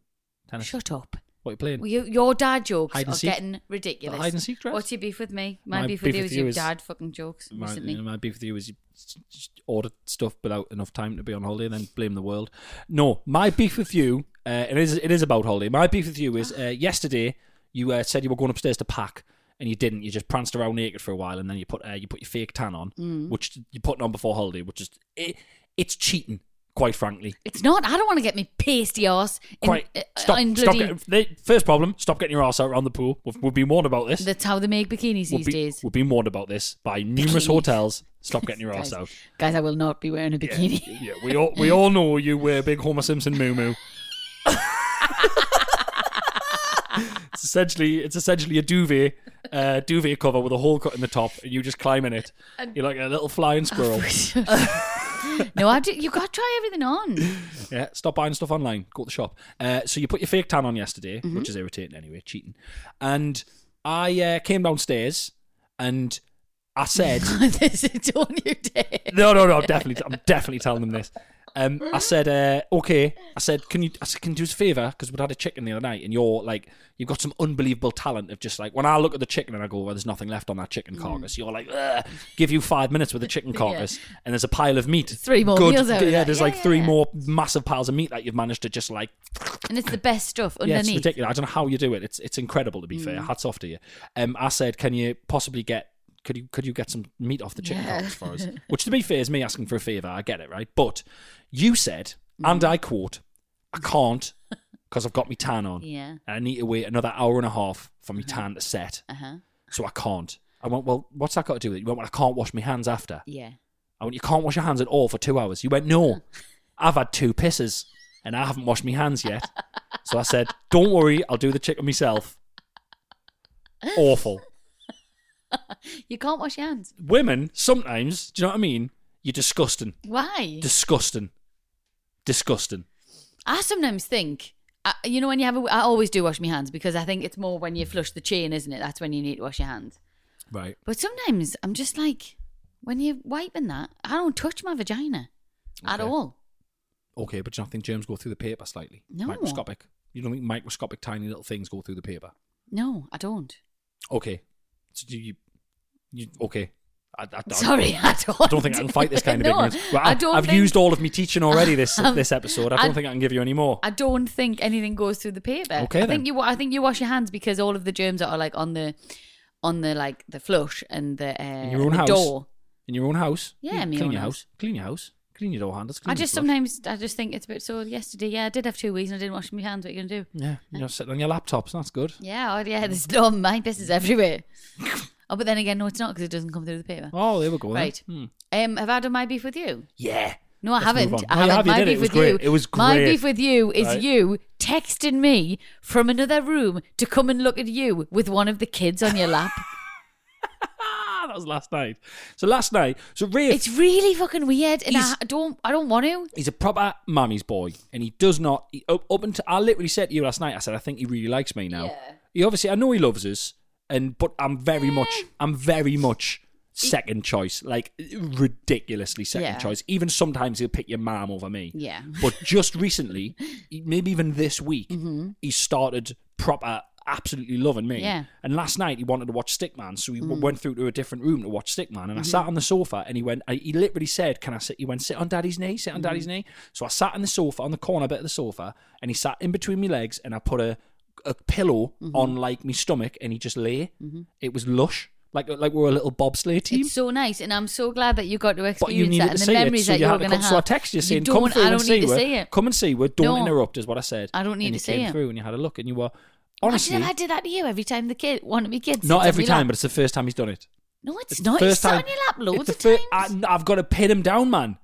C: Tennis.
B: Shut up.
C: What are you playing?
B: Well, you, your dad jokes
C: Hide and
B: are
C: seek.
B: getting ridiculous.
C: The hide and seek dress?
B: What's your beef with me? My,
C: My
B: beef with you is your dad fucking jokes
C: my,
B: recently.
C: you know, my beef with you is you s- s- ordered stuff without enough time to be on holiday and then blame the world. No, my beef with you, uh, it is it is about holiday. My beef with you is uh, yesterday you uh, said you were going upstairs to pack and you didn't. You just pranced around naked for a while and then you put uh, you put your fake tan on,
B: Mm.
C: which you're putting on before holiday, which is it, it's cheating, quite frankly.
B: It's not. I don't want to get me pasty ass. In,
C: Quite.
B: uh,
C: stop.
B: in
C: stop
B: bloody-
C: getting, the- first problem. Stop getting your ass out around the pool. We've, we've been warned about this.
B: That's how they make bikinis
C: we've,
B: these
C: been,
B: days.
C: we've been warned about this by
B: Bikinis.
C: numerous hotels. Stop getting your ass
B: guys,
C: out.
B: guys, I will not be wearing a bikini.
C: Yeah, we all we all know you wear big Homer Simpson moo moo. it's essentially it's essentially a duvet uh, duvet cover with a hole cut in the top, and you just climb in it. You're like a little flying squirrel.
B: no, I do, you got to try everything on.
C: yeah, stop buying stuff online. Go to the shop. Uh, so you put your fake tan on yesterday, which is irritating anyway, cheating. And I uh, came downstairs and I said.
B: this is all you did.
C: No, no, no. I'm definitely, I'm definitely telling them this. Um, I said, uh, okay. I said, can you? I said, can you do us a favor? Because we had a chicken the other night, and you're like, you've got some unbelievable talent of just like when I look at the chicken and I go, well, there's nothing left on that chicken
B: Mm.
C: carcass. You're like, Ugh. give you five minutes with a chicken carcass, and there's a pile of meat.
B: Three more meals out of
C: yeah,
B: that.
C: there's
B: Yeah,
C: like
B: yeah,
C: three
B: yeah.
C: more massive piles of meat that you've managed to just like
B: And it's the best stuff
C: yeah, it's
B: underneath. Mm.
C: ridiculous. I don't know how you do it. It's it's incredible to be fair. Hats off to you. Um, I said, can you possibly get could you could you get some meat off the chicken carcass for us? Which to be fair is me asking for a favour. I get it right, but you said, and
B: Mm.
C: I quote, I can't because I've got my tan on.
B: Yeah.
C: and I need to wait another hour and a half for my tan to set. Uh-huh. So I can't. I went, well, what's that got to do with it? You went, well, I can't wash my hands after.
B: yeah.
C: I went, you can't wash your hands at all for two hours. You went, no, I've had two pisses and I haven't washed my hands yet. So I said, don't worry, I'll do the chicken myself. Awful.
B: You can't wash your hands.
C: Women, sometimes, do you know what I mean? You're disgusting.
B: Why?
C: Disgusting. Disgusting.
B: I sometimes think, I, you know, when you have a, I always do wash my hands because I think it's more when you flush the chain, isn't it? That's when you need to wash your hands.
C: Right.
B: But sometimes I'm just like, when you're wiping that, I don't touch my vagina at
C: Okay.
B: all.
C: Okay, but do you not think germs go through the paper slightly?
B: No.
C: Microscopic. You don't think microscopic tiny little things go through the paper?
B: No, I don't.
C: Okay. So do you, you okay. I, I, I,
B: Sorry, I don't.
C: I don't think I can fight this kind of
B: No,
C: ignorance. Well, I,
B: I don't
C: have
B: think- Um,
C: used all of my teaching already this this episode. I don't
B: I-
C: think I can give you any more.
B: I don't think anything goes through the paper.
C: Okay,
B: I
C: then.
B: think you. wa- I think you wash your hands because all of the germs that are like on the, on the like the flush and the, uh,
C: your own
B: the
C: house.
B: door.
C: In your own house.
B: Yeah,
C: You
B: in my
C: clean
B: own
C: your
B: house.
C: Clean your house. Clean your door handles. Clean
B: I
C: your
B: just
C: flush.
B: sometimes I just think it's a bit. So yesterday, yeah, I did have two weeks and I didn't wash my hands. What are you gonna do?
C: Yeah, you're sitting on your laptops. That's good.
B: Yeah, oh yeah, there's no my piss is everywhere. oh, but then again, no, it's not because it doesn't come through the paper.
C: Oh, there we go. then.
B: Right.
C: Hmm.
B: Um, have I done my beef with you?
C: Yeah.
B: No, I
C: Let's
B: haven't.
C: move on.
B: I
C: No, you
B: haven't.
C: have, you
B: my
C: did it.
B: beef
C: It was
B: with you.
C: great. It was
B: My
C: great.
B: beef with you is
C: Right.
B: you texting me from another room to come and look at you with one of the kids on your lap.
C: Ah, that was last night. So last night, so Rafe,
B: it's really fucking weird, and I
C: He's-
B: I don't. I don't want to.
C: he's a proper mammy's boy, and he does not. He, up, up until I literally said to you last night, I said I think he really likes me now.
B: Yeah.
C: He obviously, I know he loves us, and but I'm very much, I'm very much second choice, like ridiculously second
B: Yeah.
C: choice. Even sometimes he'll pick your mom over me.
B: Yeah.
C: But just recently, e, maybe even this week, he started proper absolutely loving me.
B: Yeah.
C: And last night he wanted to watch Stickman, so he w went through to a different room to watch Stickman. And I sat on the sofa, and he went. I, he literally said, "Can I sit?" He went, "Sit on Daddy's knee, sit on Daddy's knee." So I sat on the sofa, on the corner bit of the sofa, and he sat in between my legs, and I put a a pillow on like my stomach, and he just lay. It was lush, like like we were a little bobsleigh team.
B: It's so nice, and I'm so glad that you got to
C: But you
B: experience
C: needed
B: that
C: to
B: and
C: see
B: the
C: it,
B: memories
C: so
B: that
C: you
B: you're
C: had to
B: gonna
C: come. So I
B: have.
C: texted you
B: You
C: saying,
B: don't-
C: "Come through
B: I don't
C: and see
B: need to
C: where-
B: see it.
C: Come and see where. Don't
B: No.
C: interrupt," is what I said.
B: I don't need
C: and
B: to
C: you
B: see
C: came
B: it.
C: through, and you had a look, and you were
B: Honestly,
C: honestly
B: I did that to you every time the kid, one of my kids. sits
C: not
B: on
C: every
B: your lap.
C: time, but it's the first time he's done it.
B: no, it's not.
C: First
B: It's sat
C: time.
B: on your lap loads of
C: It's the fir-
B: times.
C: I, have got to pin him down, man.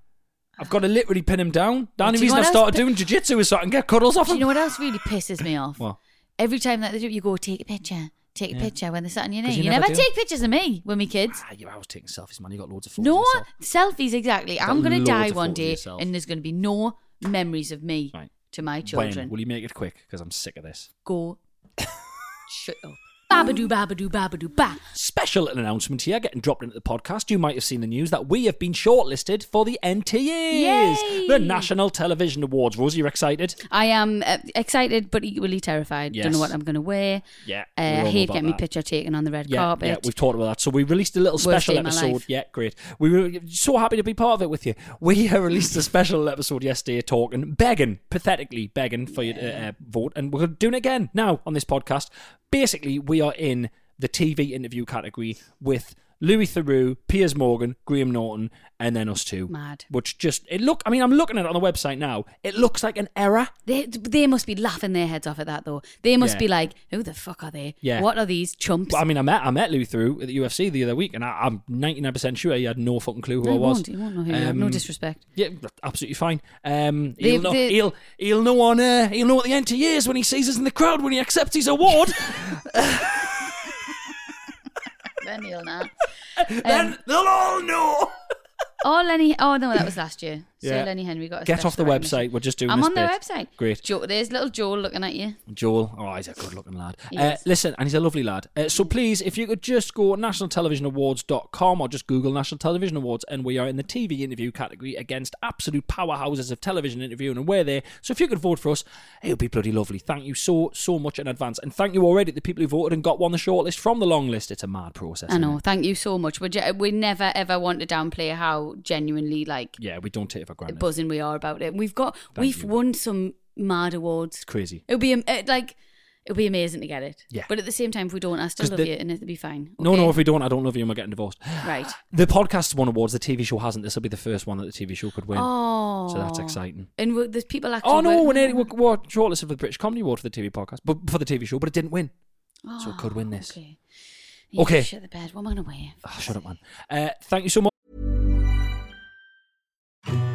C: I've got to literally pin him down. The only
B: Do you know
C: reason I
B: what else
C: started
B: pi-
C: doing jiu-jitsu is so I can get cuddles off
B: Do
C: him.
B: you know what else really pisses me off?
C: What?
B: Every time that they do, you go take a picture, take a
C: Yeah.
B: picture when they're sat on your
C: 'Cause
B: knee.
C: you
B: You,
C: never
B: never,
C: do.
B: take pictures of me with me kids.
C: Ah, you, I was taking selfies, man. You got loads of photos.
B: No
C: of yourself.
B: selfies, exactly.
C: Got
B: I'm gonna
C: loads
B: die
C: of
B: one
C: photos of
B: day,
C: yourself.
B: and there's gonna be no memories of me
C: Right.
B: to my
C: When
B: children.
C: will you make it quick? Because I'm sick of this.
B: Go, shut up. Babadoo, babadoo, babadoo, ba.
C: Special little announcement here, getting dropped into the podcast. You might have seen the news that we have been shortlisted for the NTAs,
B: Yay!
C: the National Television Awards. Rosie, you're excited?
B: I am uh, excited but equally terrified. Don't
C: Yes.
B: know what I'm gonna wear.
C: Yeah.
B: Uh,
C: we all
B: I
C: know
B: hate
C: about
B: getting my
C: that.
B: picture taken on the red
C: yeah,
B: carpet.
C: Yeah, we've talked about that. So we released a little
B: Worst
C: special
B: day of my
C: episode.
B: life.
C: Yeah, great. We were so happy to be part of it with you. We uh, released a special episode yesterday talking, begging, pathetically begging for you to uh, vote. And we're doing it again now on this podcast. Basically, we are in the TV interview category with Louis Theroux, Piers Morgan, Graham Norton, and then us two.
B: Mad.
C: Which just, it look, I mean, I'm looking at it on the website now. It looks like an error.
B: They, they must be laughing their heads off at that though. They must
C: Yeah.
B: be like, "Who the fuck are they?
C: Yeah.
B: What are these chumps?"
C: But, I mean, I met I met Lou through at the UFC the other week, and I, I'm 99 percent sure he had no fucking clue who
B: no,
C: I
B: he
C: was.
B: won't. He won't know who you are. No
C: Um,
B: disrespect.
C: Yeah, absolutely fine. Um, he'll,
B: They've-
C: know,
B: they-
C: he'll he'll know on uh, he'll know what the NT is when he sees us in the crowd when he accepts his award.
B: Um, Then he'll not.
C: then they'll all know.
B: Um, Oh, Lenny. Oh no, that was last year. So
C: Yeah.
B: Lenny Henry got a
C: Get off the
B: special recognition.
C: website. We're just doing.
B: I'm
C: this
B: on the
C: bit.
B: website.
C: Great.
B: Jo- there's little Joel looking at you.
C: Joel, oh, he's a good-looking lad.
B: He
C: Uh,
B: is.
C: listen, and he's a lovely lad. Uh, so please, if you could just go nationaltelevisionawards.com or just Google National Television Awards, and we are in the TV interview category against absolute powerhouses of television interviewing, and we're there. So if you could vote for us, it would be bloody lovely. Thank you so, so much in advance. And thank you already to the people who voted and got one the shortlist from the long list. It's a mad process.
B: I
C: isn't
B: know.
C: it?
B: Thank you so much. We ge- we never ever want to downplay how genuinely like
C: Yeah, we don't take it for granted.
B: buzzing we are about it. We've got we've
C: you.
B: won some mad awards.
C: It's crazy.
B: It'll be am- uh, like it'll be amazing to get it.
C: Yeah.
B: But at the same time, if we don't, I still
C: 'Cause
B: love
C: the-
B: you, and it'll be fine.
C: No, no, if
B: okay?
C: we don't, I don't love you and we're getting divorced.
B: right.
C: The podcast's won awards, the TV show hasn't. This will be the first one that the TV show could win.
B: Oh,
C: So that's exciting.
B: And we- there's people actually.
C: Oh no,
B: working
C: we're, nearly,
B: on
C: we're,
B: it.
C: we're shortlisted for the British Comedy Award for the TV podcast, but for the TV show, but it didn't win. so it could win this.
B: Ah, Okay. Yeah,
C: Okay.
B: Shut the bed. What am I gonna wear?
C: Ah, shut up, man. Uh, thank you so much.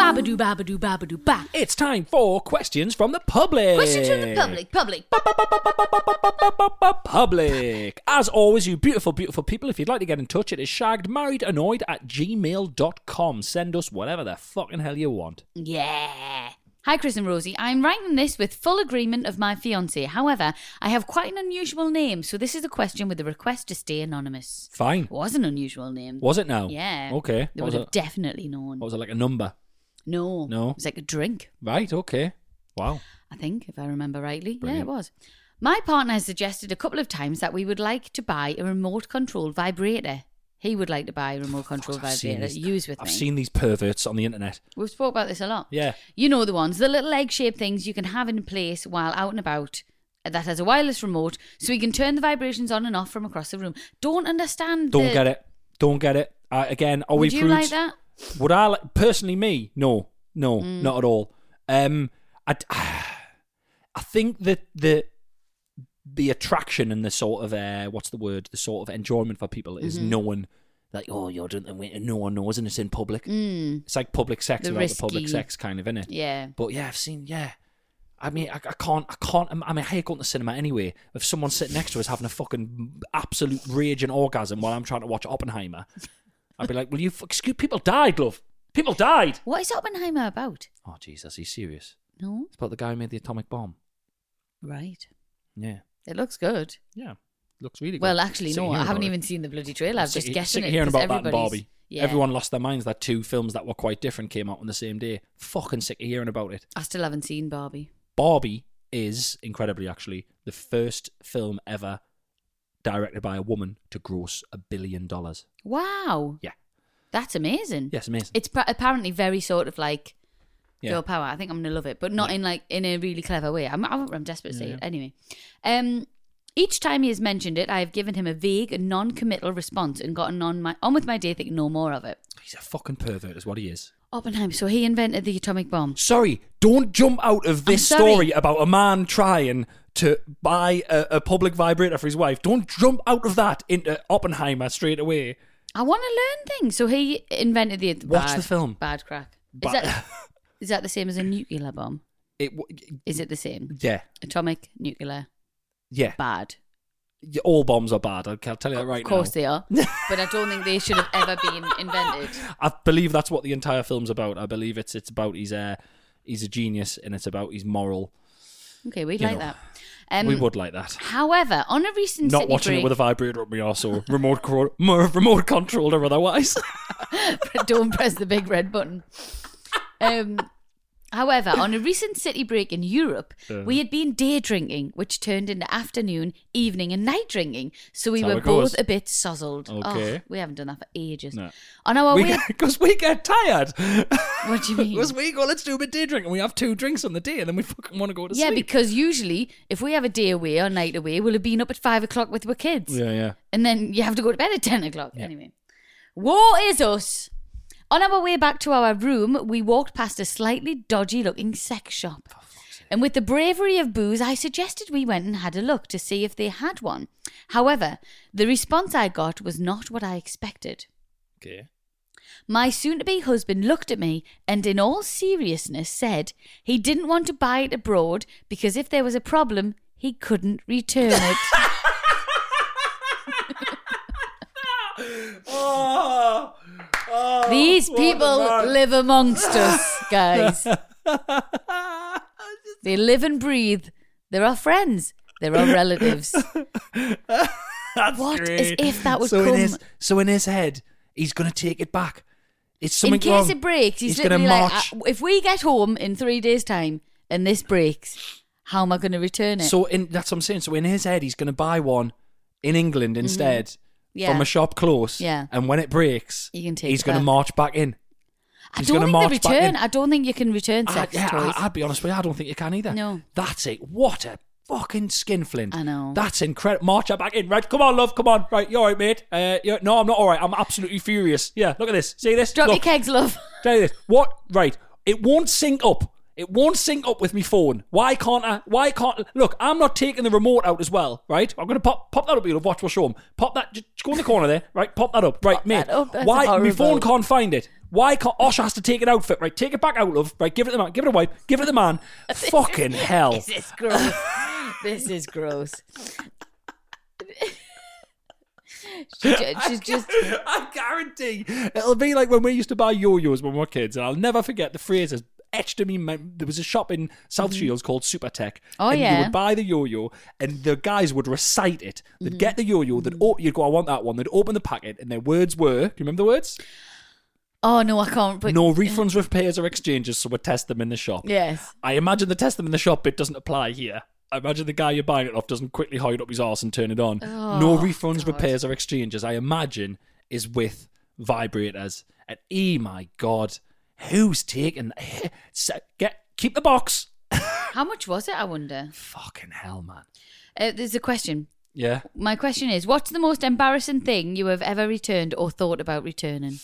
B: Babadoo, babadoo, babadoo, ba.
C: It's time for questions from the public.
B: Questions from the public, public.
C: Public. As always, you beautiful, beautiful people, if you'd like to get in touch, it is shaggedmarriedannoyed at gmail.com. Send us whatever the fucking hell you want.
B: Yeah. Hi, Chris and Rosie. I'm writing this with full agreement of my fiance. However, I have quite an unusual name, so this is a question with a request to stay anonymous.
C: Fine.
B: It was an unusual name.
C: Was it now?
B: Yeah.
C: Okay.
B: They would
C: What was
B: have
C: it?
B: definitely known.
C: What was it, like a number?
B: No.
C: No.
B: It was like a drink,
C: Right, okay. Wow.
B: I think, if I remember rightly. Yeah,
C: Brilliant.
B: it was. My partner has suggested a couple of times that we would like to buy a remote controlled vibrator. He would like to buy a remote controlled
C: I've seen
B: vibrator.
C: these-
B: Use with
C: I've
B: me.
C: seen these perverts on the internet.
B: We've spoke about this a lot.
C: Yeah.
B: You know the ones, the little egg shaped things you can have in place while out and about uh, that has a wireless remote so you can turn the vibrations on and off from across the room. Don't understand.
C: Don't
B: the-
C: get it. Don't get it. Uh, again, are we
B: Would you like
C: prudes?
B: that? Mm.
C: Would I like personally me? No, no, not at all. Um, I, I think that the the attraction and the sort of uh, what's the word? The sort of enjoyment for people is
B: Mm-hmm.
C: knowing like, oh, you're doing the way- no one knows, and it's in public.
B: Mm,
C: It's like public sex
B: The
C: without the public
B: risky-
C: sex, kind of, innit?
B: yeah.
C: But yeah, I've seen. Yeah, I mean, I, I can't, I can't. I mean, I hate going to the cinema anyway. If someone sitting next to us having a fucking absolute raging orgasm while I'm trying to watch Oppenheimer, I'd be like, "Will you fuck- excuse? People died, love. People died."
B: What is Oppenheimer about?
C: Oh Jesus, he's serious.
B: No.
C: It's about the guy who made the atomic bomb.
B: Right.
C: Yeah,
B: It looks good.
C: yeah, looks really good.
B: Well, actually,
C: Sitting
B: no.
C: here
B: I haven't
C: about it.
B: even seen the bloody trailer. I've
C: Sick-
B: just guessing
C: sick
B: it.
C: of hearing
B: 'cause
C: about that and
B: everybody's-
C: Barbie.
B: Yeah.
C: Everyone lost their minds that two films that were quite different came out on the same day. Fucking sick of hearing about it.
B: I still haven't seen Barbie.
C: Barbie is incredibly actually the first film ever directed by a woman to gross a billion dollars.
B: Wow.
C: Yeah.
B: That's amazing.
C: Yes, amazing.
B: It's pra- apparently very sort of like
C: yeah.
B: girl power. I think I'm gonna love it, but not in like in a really clever way. I'm I'm, I'm desperate to see
C: Yeah,
B: it anyway. Um, each time he has mentioned it, I have given him a vague and non-committal response and gotten on my on with my day thinking no more of it.
C: He's a fucking pervert, is what he is.
B: Oppenheimer. So he invented the atomic bomb.
C: Sorry, don't jump out of this
B: I'm sorry.
C: story about a man trying to buy a, a public vibrator for his wife. Don't jump out of that into Oppenheimer straight away.
B: I want to learn things. So he invented the
C: Watch
B: bad-
C: the film.
B: Bad crack.
C: Ba-
B: Is that is that the same as a nuclear bomb?
C: It, w-
B: Is it the same?
C: yeah,
B: Atomic, nuclear,
C: yeah.
B: bad.
C: Yeah, All bombs are bad. I'll I'll tell you that right
B: of course
C: now.
B: they are, but I don't think they should have ever been invented.
C: I believe that's what the entire film's about. I believe it's it's about he's a he's a genius and it's about his moral.
B: Okay, we'd
C: You
B: like
C: know,
B: that. Um,
C: we would like that.
B: However, on a recent
C: Not
B: Sydney
C: watching
B: break,
C: it with a vibrator up my arse or remote cro- mo- remote controlled or otherwise.
B: don't press the big red button. Um, however, on a recent city break in Europe,
C: Uh.
B: we had been day drinking, which turned into afternoon, evening, and night drinking. So we
C: That's how
B: were
C: it goes.
B: both a bit sozzled. Oh,
C: Okay.
B: we haven't done that for ages.
C: No.
B: On our way,
C: Because we, get tired.
B: what do you mean?
C: Because we go, let's do a bit day drink and we have two drinks on the day and then we fucking want to go to
B: yeah,
C: sleep.
B: because usually if we have a day away or night away, we'll have been up at five o'clock with our kids.
C: yeah, yeah.
B: and then you have to go to bed at 10 o'clock. Anyway, woe is us. On our way back to our room, we walked past a slightly dodgy looking sex shop. And with the bravery of booze, I suggested we went and had a look to see if they had one. However, the response I got was not what I expected.
C: Okay.
B: My soon to be husband looked at me and, in all seriousness, said he didn't want to buy it abroad because if there was a problem, he couldn't return it.
C: Oh, oh,
B: These
C: what a
B: people
C: man.
B: live amongst us, guys. They live and breathe. They're our friends. They're all relatives.
C: That's
B: What? As
C: great.
B: if that would
C: so In
B: come-
C: his, so in his head, he's gonna take it back. It's something
B: in case
C: wrong.
B: it breaks, he's,
C: gonna
B: literally like, "Ah,
C: march.
B: "I- if we get home in three days' time and this breaks, how am I going to return it?
C: so in that's what I'm saying. So in his head, he's gonna buy one in England instead
B: Mm-hmm. Yeah.
C: from a shop close.
B: Yeah.
C: And when it breaks,
B: You can take
C: he's
B: it
C: gonna
B: back.
C: march back in.
B: I
C: he's
B: don't
C: gonna
B: think
C: march
B: they
C: back in.
B: return. I don't think you can return
C: I,
B: sex
C: yeah,
B: toys.
C: I, I'd be honest with you. I don't think you can either.
B: No.
C: That's it. What a fucking skinflint.
B: I know.
C: That's incredible. March her back in. Right, come on, love. Come on. Right, you're all right, mate. Uh, you're, no, I'm not all right. I'm absolutely furious. Yeah, look at this. See this?
B: Drop
C: look,
B: your kegs, love.
C: Tell you this. What? Right. It won't sync up. It won't sync up with me phone. Why can't I? Why can't? Look, I'm not taking the remote out as well, right? I'm gonna pop pop that up. You'll watch. We'll show 'em. Pop that. Just go in the corner there, right? Pop that up, right, mate?
B: that up, that's
C: why my
B: horrible.
C: phone can't find it? Why can't Osh has to take it out for it, right? Take it back out, love. Right, give it the man. Give it a wipe. Give it the man. Fucking hell.
B: This is gross. this is gross. she, ju- she's just
C: I guarantee it'll be like when we used to buy yo-yos when we were kids, and I'll never forget the phrases etched in me. mem- There was a shop in South Shields called Supertech,
B: Mm. Oh,
C: and you
B: yeah.
C: would buy the yo-yo, and the guys would recite it. They'd
B: Mm.
C: get the yo-yo, they'd o- you'd go, "I want that one." They'd open the packet, and their words were, "Do you remember the words?
B: Oh no, I can't. But
C: no refunds, repairs, or exchanges, so we test them in the shop."
B: Yes.
C: I imagine the test them in the shop bit doesn't apply here. I imagine the guy you're buying it off doesn't quickly hide up his arse and turn it on. no refunds, repairs, or exchanges, I imagine, is with vibrators. And e my god, who's taking se- get keep the box?
B: How much was it? I wonder.
C: Fucking hell, man.
B: Uh, there's a question.
C: Yeah.
B: My question is, what's the most embarrassing thing you have ever returned or thought about returning?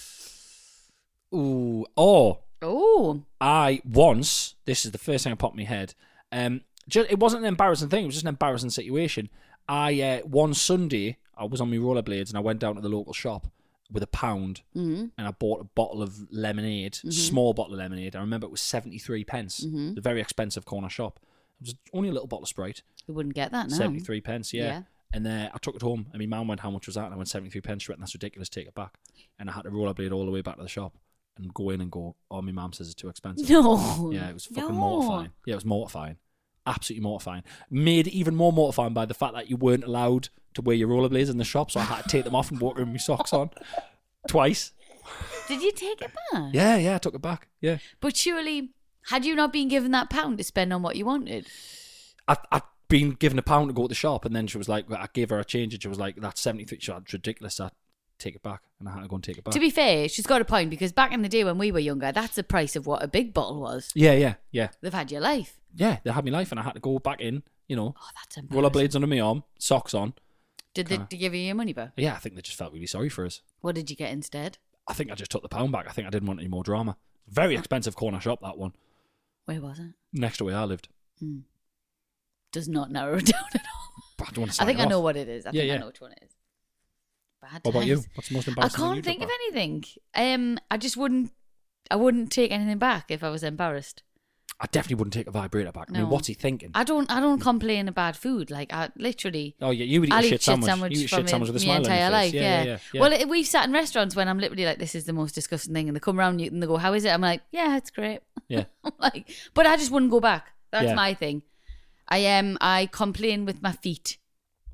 C: Ooh. Or
B: Oh,
C: I once, this is the first thing that popped in my head. Um, ju- it wasn't an embarrassing thing; it was just an embarrassing situation. I uh, one Sunday I was on my rollerblades and I went down to the local shop with a pound and I bought a bottle of lemonade, small bottle of lemonade. I remember it was seventy three pence, the very expensive corner shop. It was only a little bottle of Sprite,
B: you wouldn't get that now.
C: seventy three pence, yeah.
B: Yeah.
C: And uh, I took it home. I mean, mum went, "How much was that?" And I went, 73 pence." She went, "That's ridiculous. Take it back." And I had to rollerblade all the way back to the shop and go in and go, "Oh, my mum says it's too expensive."
B: No.
C: Yeah, it was fucking
B: No.
C: mortifying. Yeah, it was mortifying. Absolutely mortifying. Made even more mortifying by the fact that you weren't allowed to wear your rollerblades in the shop, so I had to take them off and walk around with my socks on twice.
B: Did you take it back?
C: Yeah, yeah, I took it back. Yeah,
B: But surely, had you not been given that pound to spend on what you wanted?
C: I, I'd been given a pound to go to the shop, and then she was like, I gave her a change, and she was like, "That's seventy three. That's ridiculous. I take it back," and I had to go and take it back.
B: To be fair, she's got a point because back in the day when we were younger, that's the price of what a big bottle was.
C: yeah, yeah, yeah,
B: They've had your life.
C: yeah. They had me life, and I had to go back in. You know,
B: Oh, that's embarrassing.
C: rollerblades under my arm, socks on.
B: Did they, they give you your money back?
C: Yeah, I think they just felt really sorry for us.
B: What did you get instead?
C: I think I just took the pound back. I think I didn't want any more drama. Very expensive corner shop that one.
B: Where was it?
C: Next to where I lived.
B: Does not narrow it down at all.
C: But I don't want to.
B: I think
C: it
B: I know
C: off.
B: what it is. I
C: Yeah,
B: think I
C: yeah.
B: know which one it is. Bad
C: What about you?
B: times.
C: What's the most
B: I
C: embarrassing?
B: can't
C: thing
B: think
C: you
B: of anything. Um, I just wouldn't. I wouldn't take anything back if I was embarrassed.
C: I definitely wouldn't take a vibrator back. I
B: No.
C: mean, what's he thinking?
B: I don't. I don't complain about food. Like I literally.
C: oh yeah, you would eat
B: I'll
C: a shit sandwich. you eat a
B: for
C: shit
B: my-
C: sandwich with
B: my
C: a smile
B: entire
C: on your face.
B: life.
C: yeah, yeah, yeah.
B: Well, it, we've sat in restaurants when I'm literally like, "This is the most disgusting thing," and they come round you and they go, "How is it?" I'm like, "Yeah, it's great."
C: yeah.
B: I'm like, but I just wouldn't go back. That's
C: Yeah.
B: my thing. I Um, I complain with my feet.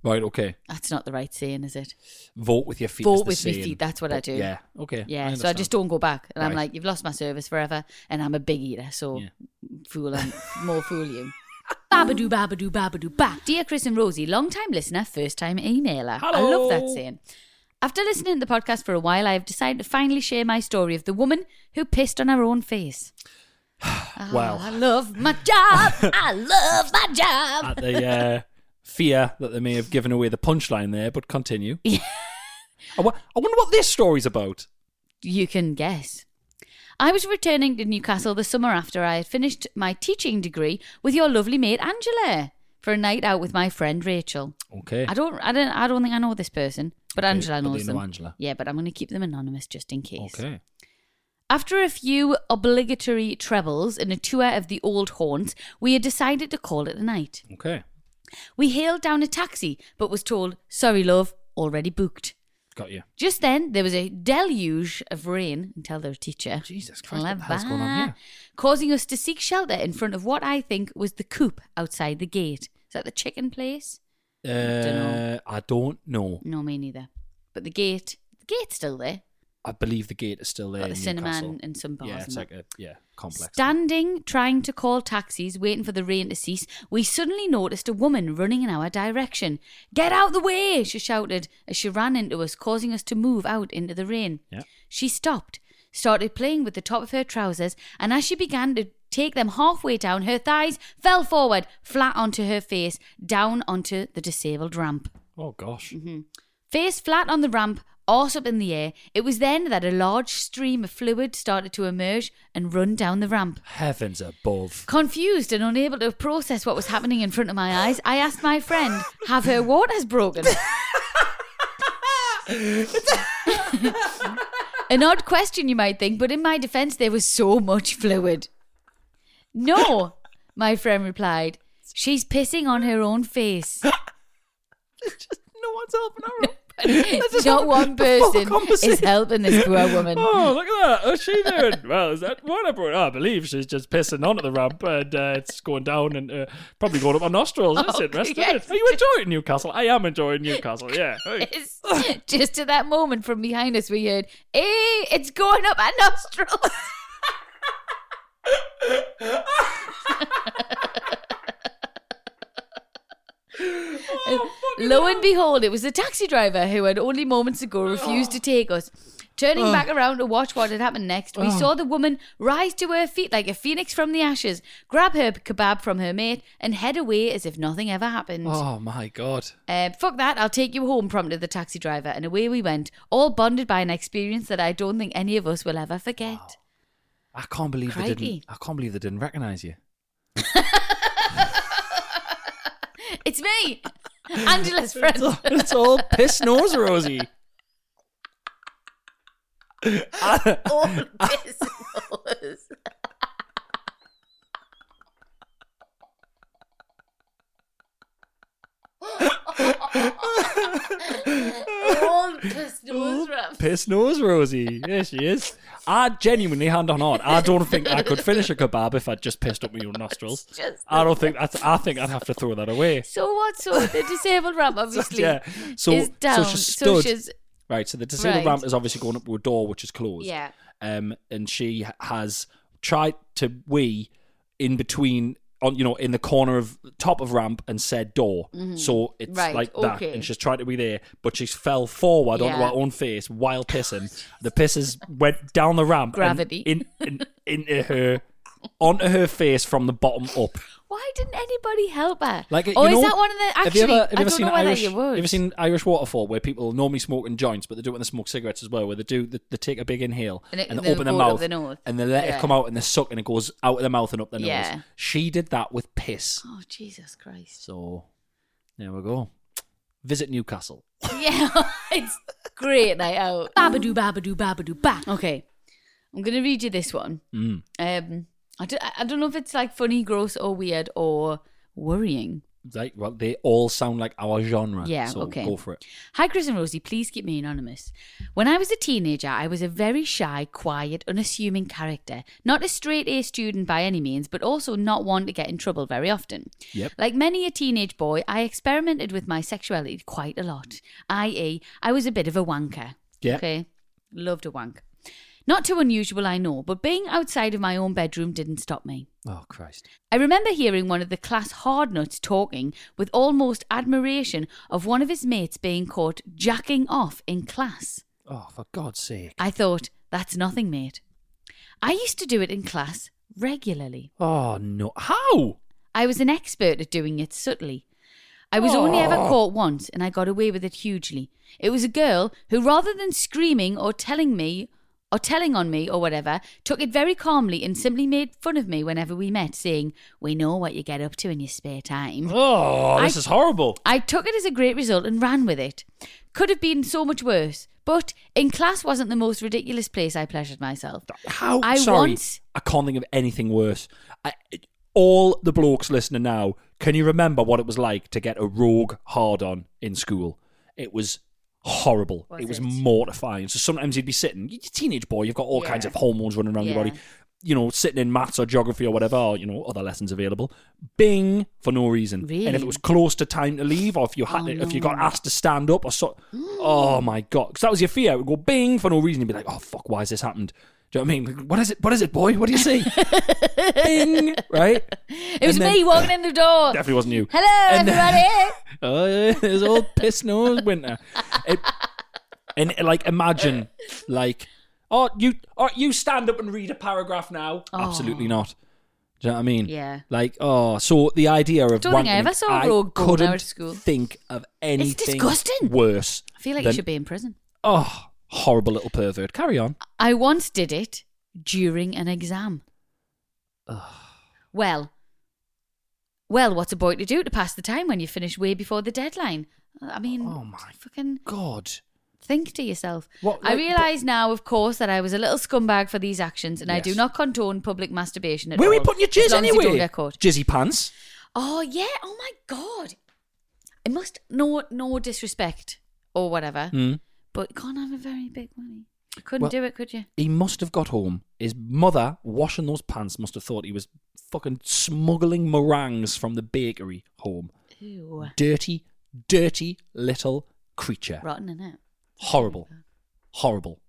C: Right. Okay.
B: That's not the right saying, is it?
C: Vote with your feet.
B: Vote
C: is the
B: with me
C: saying.
B: feet, that's what I
C: But-
B: do.
C: Yeah. Okay.
B: Yeah. so I just
C: understand.
B: don't go back, and I'm
C: Right.
B: like, "You've lost my service forever," and I'm a big eater, so
C: Yeah.
B: fool and more fool you. Babadoo, babadoo, babadoo, ba. Dear Chris and Rosie, long time listener, first time emailer. I love that
C: Hello.
B: saying. After listening to the podcast for a while, I have decided to finally share my story of the woman who pissed on her own face. Ah,
C: Wow.
B: I love my job. I love my job.
C: At the uh, fear that they may have given away the punchline there, but continue. I wo- I wonder what this story's about.
B: You can guess. I was returning to Newcastle the summer after I had finished my teaching degree with your lovely mate Angela for a night out with my friend Rachel.
C: Okay.
B: I don't, I don't, I don't think I know this person, but
C: Okay,
B: Angela
C: but they
B: knows
C: know
B: them.
C: Angela.
B: Yeah, but I'm going to keep them anonymous just in case.
C: Okay.
B: After a few obligatory trebles and a tour of the old haunts, we had decided to call it a night.
C: Okay.
B: We hailed down a taxi, but was told, "Sorry, love, already booked."
C: Got you.
B: Just then, there was a deluge of rain until their teacher.
C: Jesus Christ, what the hell's going on
B: Clever.
C: here?
B: Causing us to seek shelter in front of what I think was the coop outside the gate. Is that the chicken place?
C: Uh,
B: Dunno.
C: I don't know.
B: No, me neither. But the gate, the gate's still there.
C: I believe the gate is still there.
B: Got
C: in
B: the cinema
C: Newcastle.
B: and, and some bars.
C: yeah, it's
B: and
C: like
B: that.
C: a yeah complex.
B: Standing, trying to call taxis, waiting for the rain to cease, we suddenly noticed a woman running in our direction. Get out the way, she shouted as she ran into us, causing us to move out into the rain.
C: Yeah.
B: She stopped, started playing with the top of her trousers, and as she began to take them halfway down, her thighs fell forward, flat onto her face, down onto the disabled ramp.
C: oh gosh.
B: Mm-hmm. Face flat on the ramp, arse up in the air, it was then that a large stream of fluid started to emerge and run down the ramp.
C: Heavens above.
B: Confused and unable to process what was happening in front of my eyes, I asked my friend, Have her waters broken? An odd question, you might think, but in my defense, there was so much fluid. No, my friend replied. She's pissing on her own face.
C: No one's helping her.
B: Not one person is helping this poor woman.
C: Oh, look at that. What's she doing? well, is that water boy? I believe she's just pissing onto the ramp and uh, it's going down and uh, probably going up my nostrils. That's
B: Oh,
C: interesting.
B: yes.
C: Are you enjoying Newcastle? I am enjoying Newcastle, yeah. Hey.
B: Yes. Just at that moment from behind us, we heard, hey, it's going up our nostrils. And lo and behold, it was the taxi driver who had only moments ago refused to take us. Turning back around to watch what had happened next, we saw the woman rise to her feet like a phoenix from the ashes, grab her kebab from her mate, and head away as if nothing ever happened.
C: Oh, my God.
B: Uh, fuck that, I'll take you home, prompted the taxi driver, and away we went, all bonded by an experience that I don't think any of us will ever forget.
C: I can't believe they
B: Crikey.
C: didn't. I can't believe they didn't recognize you.
B: It's me, Angela's friend.
C: It's all piss nose, Rosie.
B: all this was. all this was rough.
C: Piss nose, Rosie. Yeah, she is. I genuinely, hand on heart, I don't think I could finish a kebab if I just pissed up my own nostrils.
B: just-
C: I don't think that's. I think I'd have to throw that away.
B: So what? So the disabled ramp obviously
C: yeah. So
B: is down.
C: so she
B: So
C: stood.
B: she's
C: right. So the disabled
B: Right.
C: ramp is obviously going up to a door which is closed.
B: yeah.
C: Um, and she h- has tried to wee in between. On, you know, in the corner of top of ramp and said door, so it's
B: Mm-hmm. Right,
C: like that,
B: okay.
C: and she's tried to be there, but she's fell forward onto
B: Yeah.
C: her own face while pissing. the pisses went down the ramp, and
B: Gravity.
C: in, in, into her, onto her face from the bottom up.
B: Why didn't anybody help her?
C: Like,
B: oh,
C: you
B: is
C: know-
B: that one of the? Actually,
C: have you ever, have you
B: I don't
C: ever seen
B: know whether
C: Irish,
B: you
C: have
B: would.
C: you ever seen Irish waterfall where people normally smoke in joints, but they do it when they smoke cigarettes as well, where they do they, they take a big inhale
B: And
C: and,
B: it-
C: they
B: they
C: open their
B: go up
C: mouth
B: the nose.
C: and they let
B: Yeah.
C: it come out and they suck and it goes out of their mouth and up their
B: Yeah.
C: nose. She did that with piss.
B: Oh Jesus Christ!
C: So there we go. Visit Newcastle.
B: Yeah, it's great night out. Babadoo, babadoo, babadoo, ba. Okay, I'm gonna read you this one.
C: Mm.
B: Um, I don't, I don't know if it's like funny, gross, or weird, or worrying.
C: Like, well, they all sound like our genre.
B: Yeah,
C: so
B: okay.
C: Go for it.
B: Hi, Chris and Rosie. Please keep me anonymous. When I was a teenager, I was a very shy, quiet, unassuming character. Not a straight A student by any means, but also not one to get in trouble very often.
C: Yep.
B: Like many a teenage boy, I experimented with my sexuality quite a lot, i.e., I was a bit of a wanker.
C: Yep.
B: Okay. Loved a wank. Not too unusual, I know, but being outside of my own bedroom didn't stop me.
C: Oh Christ.
B: I remember hearing one of the class hardnuts talking with almost admiration of one of his mates being caught jacking off in class.
C: Oh, for God's sake.
B: I thought, that's nothing, mate. I used to do it in class regularly.
C: Oh no. How?
B: I was an expert at doing it subtly. I was only ever caught once, and I got away with it hugely. It was a girl who, rather than screaming or telling me or telling on me or whatever, took it very calmly and simply made fun of me whenever we met, saying, We know what you get up to in your spare time.
C: Oh, this
B: I-
C: is horrible.
B: I took it as a great result and ran with it. Could have been so much worse, but in class wasn't the most ridiculous place I pleasured myself.
C: How?
B: I
C: sorry,
B: once-
C: I can't think of anything worse. I, all the blokes listening now, can you remember what it was like to get a rogue hard on in school? It was horrible.
B: Was
C: it was
B: it?
C: mortifying. So sometimes you'd be sitting, you're a teenage boy, you've got all kinds
B: Yeah.
C: of hormones running around your
B: Yeah.
C: body. you know, sitting in maths or geography or whatever, or, you know, other lessons available. Bing for no reason. And if
B: Really?
C: it was close to time to leave, or if you had,
B: Oh,
C: to, if you
B: no. Mm.
C: got asked to stand up or so, oh my god, because that was your fear. It would go bing for no reason. You'd be like, oh fuck, why has this happened? Do you know what I mean? Like, What is it? What is it, boy? What do you see? bing, right?
B: It was
C: And then-
B: me walking in the door.
C: Definitely wasn't you.
B: Hello,
C: And-
B: everybody.
C: Oh, yeah, it's all piss nose winter. It- and like, imagine, like, oh, you, oh, you stand up and read a paragraph now. Absolutely not. Do you know what I mean?
B: Oh. Yeah.
C: Like, oh, so the idea of
B: Don't think I
C: wanking-
B: ever saw a rogue go when I
C: couldn't
B: was at school.
C: think of anything.
B: disgusting.
C: Worse.
B: I feel like
C: than-
B: you should be in prison.
C: Oh, horrible little pervert. Carry on.
B: I once did it during an exam. Well, well, what's a boy to do to pass the time when you finish way before the deadline? I mean,
C: Oh my
B: fucking
C: God.
B: think to yourself.
C: What-
B: I
C: what-
B: realise now, of course, that I was a little scumbag for these actions, and I do
C: Yes.
B: not condone public masturbation at
C: Where are
B: all.
C: we putting your
B: as
C: jizz
B: long as you
C: anyway?
B: don't get caught.
C: Jizzy pants.
B: Oh yeah! Oh my god! It must no no disrespect or whatever,
C: Mm.
B: but you can't have a very big money. Couldn't
C: Well-
B: do it, could you?
C: He must have got home. His mother, washing those pants, must have thought he was fucking smuggling meringues from the bakery home.
B: Ew.
C: Dirty, dirty little creature.
B: Rotten in it.
C: Horrible. Horrible.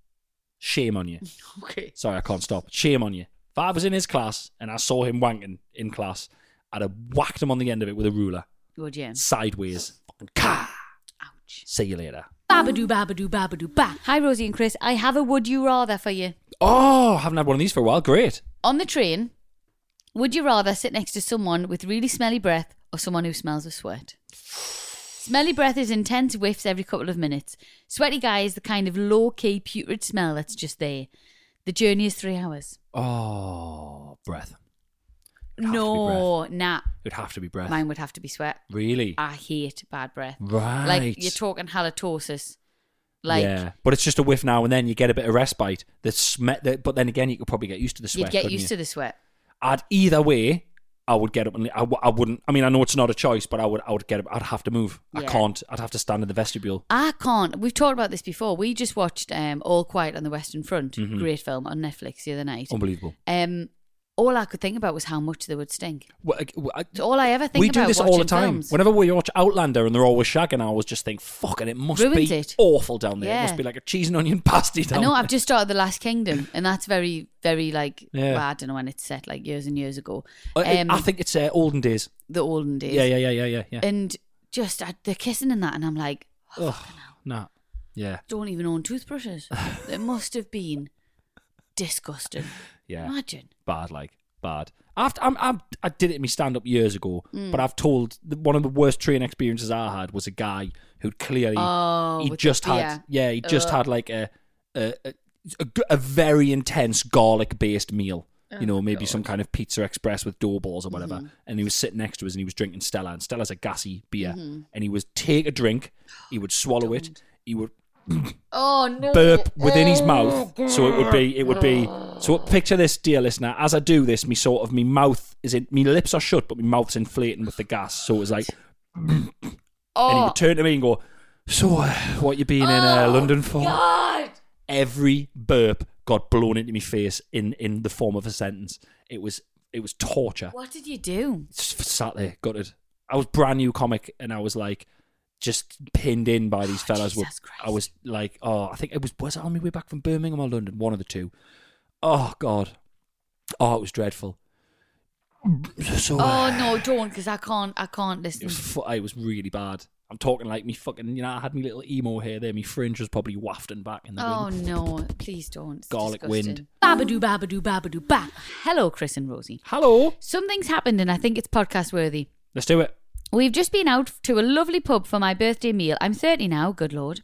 C: Shame on you.
B: Okay.
C: Sorry, I can't stop. Shame on you. If I was in his class and I saw him wanking in class, I'd have whacked him on the end of it with a ruler.
B: Good, yeah.
C: Sideways. Fucking Ka!
B: Ouch.
C: See you later.
B: Babadoo, babadoo, babadoo, ba. Hi, Rosie and Chris. I have a would you rather for you.
C: Oh, haven't had one of these for a while. Great.
B: On the train, would you rather sit next to someone with really smelly breath or someone who smells of sweat? Smelly breath is intense whiffs every couple of minutes. Sweaty guy is the kind of low key putrid smell that's just there. The journey is three hours.
C: Oh, breath. It'd have to be
B: No, nah.
C: It'd have to be breath.
B: Mine would have to be sweat.
C: Really?
B: I hate bad breath.
C: Right.
B: Like you're talking halitosis. Like
C: yeah, but it's just a whiff now and then. You get a bit of respite. The smet, the, but then again, you could probably get used to the sweat.
B: you'd get
C: couldn't
B: used
C: you?
B: to the sweat.
C: I'd either way, I would get up and I, w- I wouldn't. I mean, I know it's not a choice, but I would. I would get up. I'd have to move. I
B: Yeah.
C: can't. I'd have to stand in the vestibule.
B: I can't. We've talked about this before. We just watched um, All Quiet on the Western Front, great film on Netflix the other night.
C: Mm-hmm. Unbelievable.
B: Um, all I could think about was how much they would stink.
C: Well, I- well, I-
B: It's all I ever think
C: we
B: about.
C: do this all
B: watching
C: the time.
B: films.
C: Whenever we watch Outlander and they're always shagging, I always just think, "Fucking, it must
B: Ruins
C: be
B: it.
C: awful down there. It
B: Yeah.
C: must be like a cheese and onion pasty
B: I
C: down
B: know
C: there."
B: I've just started The Last Kingdom, and that's very, very like
C: Yeah.
B: well, I don't know when it's set, like years and years ago.
C: I,
B: Um,
C: I think it's uh, olden days.
B: the olden days. Uh,
C: Yeah, yeah, yeah, yeah, yeah. yeah.
B: And just I, they're kissing in that, and I'm like, "Oh,
C: Ugh, nah. Yeah,
B: don't even own toothbrushes. it must have been disgusting.
C: yeah.
B: Imagine.
C: bad, like bad. After I'm, I'm, I did it in my stand up years ago,
B: Mm.
C: but I've told the, one of the worst train experiences I had was a guy who clearly
B: Oh,
C: he
B: with
C: just
B: the-
C: had yeah, he just
B: Ugh.
C: had like a a, a, a g- a very intense garlic based meal.
B: Oh
C: You know, maybe some kind of pizza express with dough balls or whatever.
B: Mm-hmm.
C: And he was sitting next to us and he was drinking Stella. And Stella's a gassy beer.
B: Mm-hmm.
C: And he was take a drink, he would swallow it, he would
B: Oh no.
C: burp within his mouth. So it would be, it would be. So picture this, dear listener. As I do this, me sort of, me mouth is in, me lips are shut, but my mouth's inflating with the gas. So it was like, and he
B: Oh
C: would turn to me and go, "So, uh, what you been in uh, London for?"
B: God.
C: Every burp got blown into my face in in the form of a sentence. It was it was torture.
B: What did you do?
C: Just sat there, gutted. I was brand new comic, and I was like, just pinned in by these
B: Oh,
C: fellas. were-
B: Jesus Christ.
C: I was like, oh, I think it was was I on my way back from Birmingham or London, one of the two. Oh God, oh it was dreadful. So
B: Oh
C: uh,
B: no, don't, because I can't. I can't
C: it
B: listen.
C: was fu- it was really bad. I'm talking like me fucking, you know, I had me little emo hair there. Me fringe was probably wafting back in the
B: Oh
C: wind.
B: no, please don't. It's
C: Garlic
B: disgusting.
C: wind.
B: Babadoo, babadoo, babadoo, ba. Hello, Chris and Rosie.
C: Hello,
B: Something's happened, and I think it's podcast worthy.
C: let's do it.
B: We've just been out to a lovely pub for my birthday meal. I'm 30 now, good lord.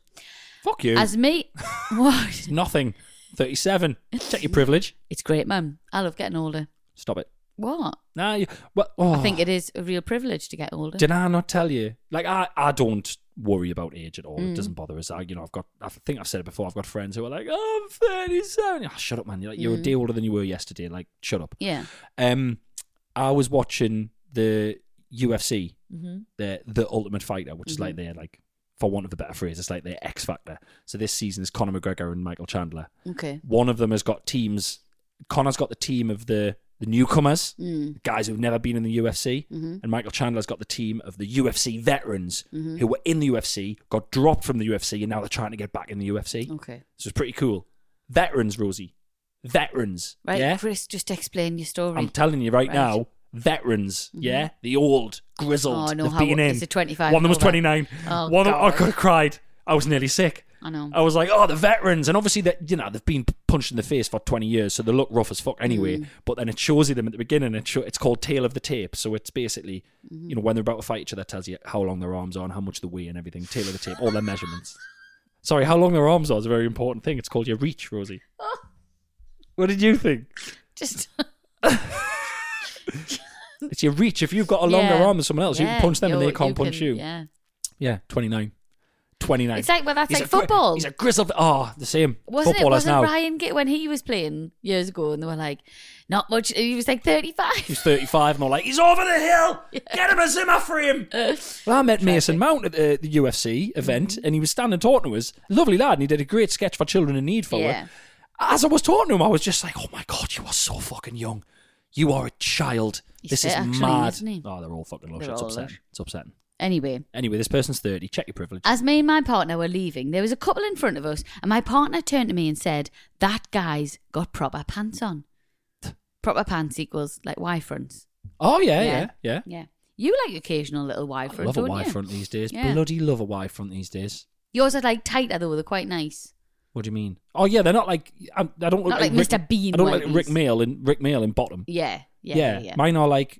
C: Fuck you.
B: As me, what?
C: Nothing. Thirty-seven. Check your privilege.
B: It's great, man. I love getting older.
C: Stop it.
B: What?
C: Nah, you, well, oh.
B: I think it is a real privilege to get older.
C: Did I not tell you? Like I, I don't worry about age at all. It doesn't bother us. I, you know, I've got. I think I've said it before. I've got friends who are like, oh, "I'm 37." Oh, shut up, man. You're, like, you're a day older than you were yesterday. Like, shut up.
B: yeah.
C: Um, I was watching the UFC,
B: Mm-hmm.
C: the the Ultimate Fighter, which is like their like, for want of a better phrase, it's like their X Factor. So this season is Conor McGregor and Michael Chandler.
B: Okay.
C: One of them has got teams Connor's got the team of the the newcomers,
B: Mm,
C: guys who've never been in the UFC,
B: Mm-hmm.
C: and Michael Chandler's got the team of the UFC veterans who were in the UFC, got dropped from the UFC, and now they're trying to get back in the UFC.
B: Okay.
C: So it's pretty cool. Veterans, Rosie. Veterans.
B: Right,
C: Yeah.
B: Chris, just explain your story.
C: I'm telling you right,
B: Right. Mm-hmm.
C: now, veterans, yeah, the old, grizzled,
B: Oh, no,
C: they've
B: how-
C: been in.
B: is it 25
C: One that was
B: over?
C: 29.
B: Oh,
C: One that- I
B: God.
C: could have cried. I was nearly sick.
B: I know.
C: I was like, oh, the veterans, and obviously that you know they've been punched in the face for 20 years, so they look rough as fuck anyway.
B: Mm.
C: But then it shows you them at the beginning. It show, it's called Tail of the Tape, so it's basically
B: Mm-hmm.
C: you know when they're about to fight each other, it tells you how long their arms are and how much they weigh and everything. Tail of the Tape, all their measurements. Sorry, how long their arms are is a very important thing. It's called your reach, Rosie. what did you think?
B: Just
C: It's your reach. If you've got a longer
B: Yeah.
C: arm than someone else, you
B: Yeah,
C: can punch them and
B: you're-
C: they can't punch
B: can-
C: you. Yeah.
B: Yeah.
C: 29. 29.
B: It's like- well, that's
C: He's
B: like
C: a gri-
B: football.
C: he's a grizzled. Oh, the same.
B: Wasn't it?
C: Footballers
B: Wasn't
C: now.
B: Ryan Git when he was playing years ago, and they were like, not much. He was like thirty-five.
C: He's 35, and I'm like, he's over the hill. Get him a Zimmer frame. well, I met Mason Mount at the, the UFC event,
B: Mm-hmm.
C: and he was standing talking to us. Lovely lad, and he did a great sketch for Children in Need for
B: Yeah.
C: it. As I was talking to him, I was just like, oh my God, you are so fucking young. You are a child.
B: He's
C: this
B: fit,
C: is
B: actually,
C: mad.
B: isn't he?
C: Oh, they're all fucking lush.
B: They're
C: It's
B: all
C: upsetting.
B: lush.
C: It's upsetting.
B: Anyway,
C: Anyway, this person's 30. Check your privilege.
B: as me and my partner were leaving, there was a couple in front of us, and my partner turned to me and said, "That guy's got proper pants on. Proper pants equals like Y fronts.
C: oh, yeah, yeah, yeah.
B: yeah. You like occasional little Y
C: I
B: front,
C: love a
B: don't
C: Y
B: you?
C: front these days.
B: Yeah.
C: Bloody love a Y front these days.
B: Yours are like tighter though; they're quite nice.
C: What do you mean? Oh yeah, they're not like I, I don't look
B: Not
C: like,
B: like
C: Rick,
B: Mr. Bean
C: I don't look like
B: whiteys.
C: Rick Mail and Rick Mail in bottom.
B: Yeah, yeah, yeah. yeah.
C: mine are like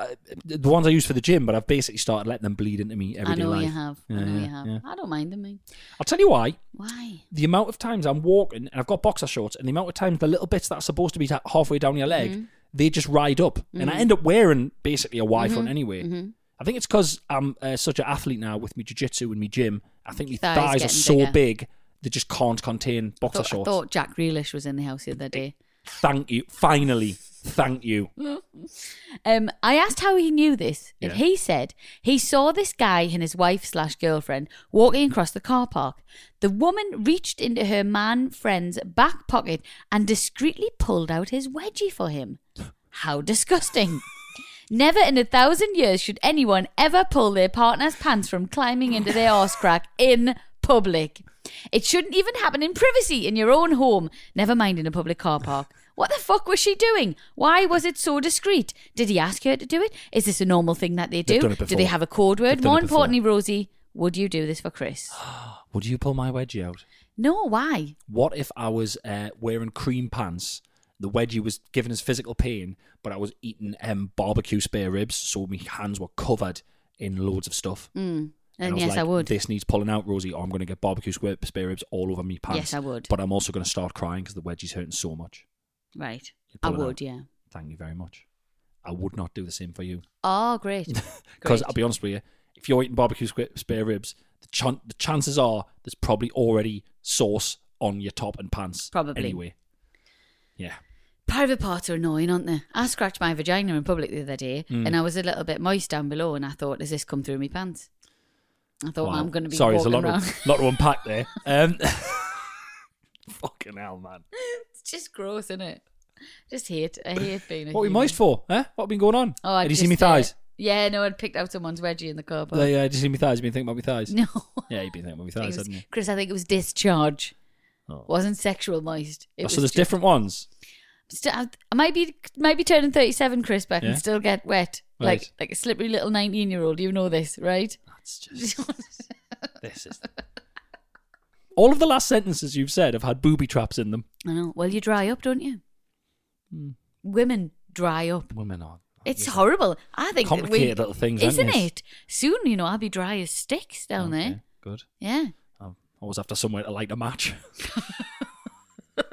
C: uh, the ones I use for the gym, but I've basically started letting them bleed into me
B: I
C: everyday
B: know
C: life.
B: you have. I
C: Yeah,
B: know
C: yeah,
B: you have.
C: yeah.
B: I don't mind them. eh.
C: I'll tell you why.
B: Why?
C: The amount of times I'm walking and I've got boxer shorts, and the amount of times the little bits that are supposed to be ta- halfway down your leg,
B: Mm-hmm.
C: they just ride up, and I end up wearing basically a Y
B: Mm-hmm.
C: front anyway. I think it's because I'm uh, such an athlete now with my jiu-jitsu and my gym. I think my
B: Your thighs
C: thighs, are
B: getting
C: so
B: bigger.
C: big they just can't contain boxer
B: Thought, I
C: shorts.
B: thought Jack Grealish was in the house the other day.
C: Thank you. Finally, thank you.
B: Um, I asked how he knew this, and
C: Yeah.
B: he said he saw this guy and his wife slash girlfriend walking across the car park. The woman reached into her man friend's back pocket and discreetly pulled out his wedgie for him. How disgusting! Never in a thousand years should anyone ever pull their partner's pants from climbing into their arse crack in public. It shouldn't even happen in privacy in your own home, never mind in a public car park. What the fuck was she doing? Why was it so discreet? Did he ask her to do it? Is this a normal thing that they do?
C: They've done it
B: do they
C: before.
B: have a code
C: They've
B: word?
C: done
B: More
C: it before.
B: importantly, Rosie, would you do this for Chris?
C: Would you pull my wedgie out?
B: No, why?
C: What if I was uh, wearing cream pants? The wedgie was giving us physical pain, but I was eating um, barbecue spare ribs, so my hands were covered in loads of stuff.
B: And,
C: Hmm. was
B: yes,
C: like,
B: I would.
C: This needs pulling out, Rosie, or I'm going to get barbecue square- spare ribs all over me pants.
B: Yes, I would.
C: But I'm also going to start crying because the wedgie's hurting so much.
B: Right.
C: You'd
B: I
C: pull it out.
B: would, yeah.
C: Thank you very much. I would not do the same for you.
B: Oh, great.
C: Because
B: Great.
C: I'll be honest with you, if you're eating barbecue squi- spare ribs, the, chan- the chances are there's probably already sauce on your top and pants.
B: Probably.
C: Anyway. Yeah.
B: Private parts are annoying, aren't they? I scratched my vagina in public the other day
C: Hmm.
B: and I was a little bit moist down below and I thought, has this come through my pants? I thought
C: Wow.
B: I'm going to be
C: Sorry, there's a
B: walking
C: lot,
B: around.
C: Of, lot to unpack there. Um, fucking hell, man.
B: it's just gross, isn't it? Just hate. I hate being a
C: What are we
B: human.
C: moist for? Huh? What have been going on?
B: Oh, I
C: Did you see me
B: just, uh,
C: thighs?
B: yeah, no, I'd picked out someone's wedgie in the car park.
C: Yeah, yeah, did you see me thighs? You've been thinking about me thighs?
B: No.
C: Yeah, you've been thinking about me
B: I think
C: thighs,
B: it was-
C: hadn't you?
B: Chris, I think it was discharge.
C: Oh.
B: Wasn't sexual moist. It
C: Oh,
B: was
C: so there's
B: just-
C: different ones.
B: St- I I might be might be turning thirty seven, Chris, but I can
C: Yeah.
B: still get wet like
C: Right.
B: like a slippery little nineteen year old. You know this, right?
C: That's just. this is. All of the last sentences you've said have had booby traps in them.
B: I know. Well, you dry up, don't you?
C: Hmm.
B: Women dry up.
C: Women are.
B: It's horrible. I think that we-
C: Complicated little things, aren't
B: isn't
C: they?
B: it? Soon, you know, I'll be dry as sticks down
C: Okay,
B: there.
C: Good. Um,
B: Yeah.
C: I'm always after somewhere to light a match. like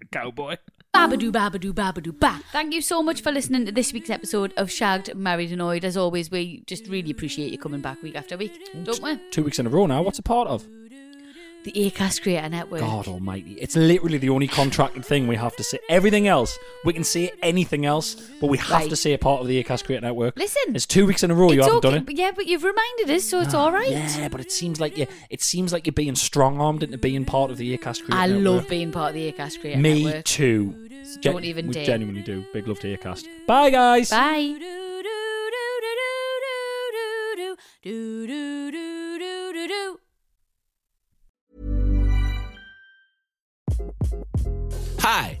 C: a cowboy.
B: Babadoo, babadoo, babadoo, ba. Thank you so much for listening to this week's episode of Shagged, Married, Annoyed. As always, we just really appreciate you coming back week after week, don't we?
C: Two weeks in a row now. What's a part of?
B: The Acast Creator Network.
C: God almighty. It's literally the only contracted thing we have to say. Everything else, we can say anything else, but we have
B: Right.
C: to say a part of the Acast Creator Network.
B: Listen,
C: It's two weeks in a row you
B: it's
C: haven't
B: okay,
C: done it. Ah,
B: but yeah, but you've reminded us, so it's all right.
C: Yeah, but it seems like you it seems like you're being strong armed into being part of the Acast Creator
B: I
C: Network.
B: love being part of the Acast Creator
C: Me
B: Network.
C: too.
B: Don't even
C: we
B: dare.
C: genuinely do. Big love to Acast. Bye guys.
B: Bye.
E: Hi,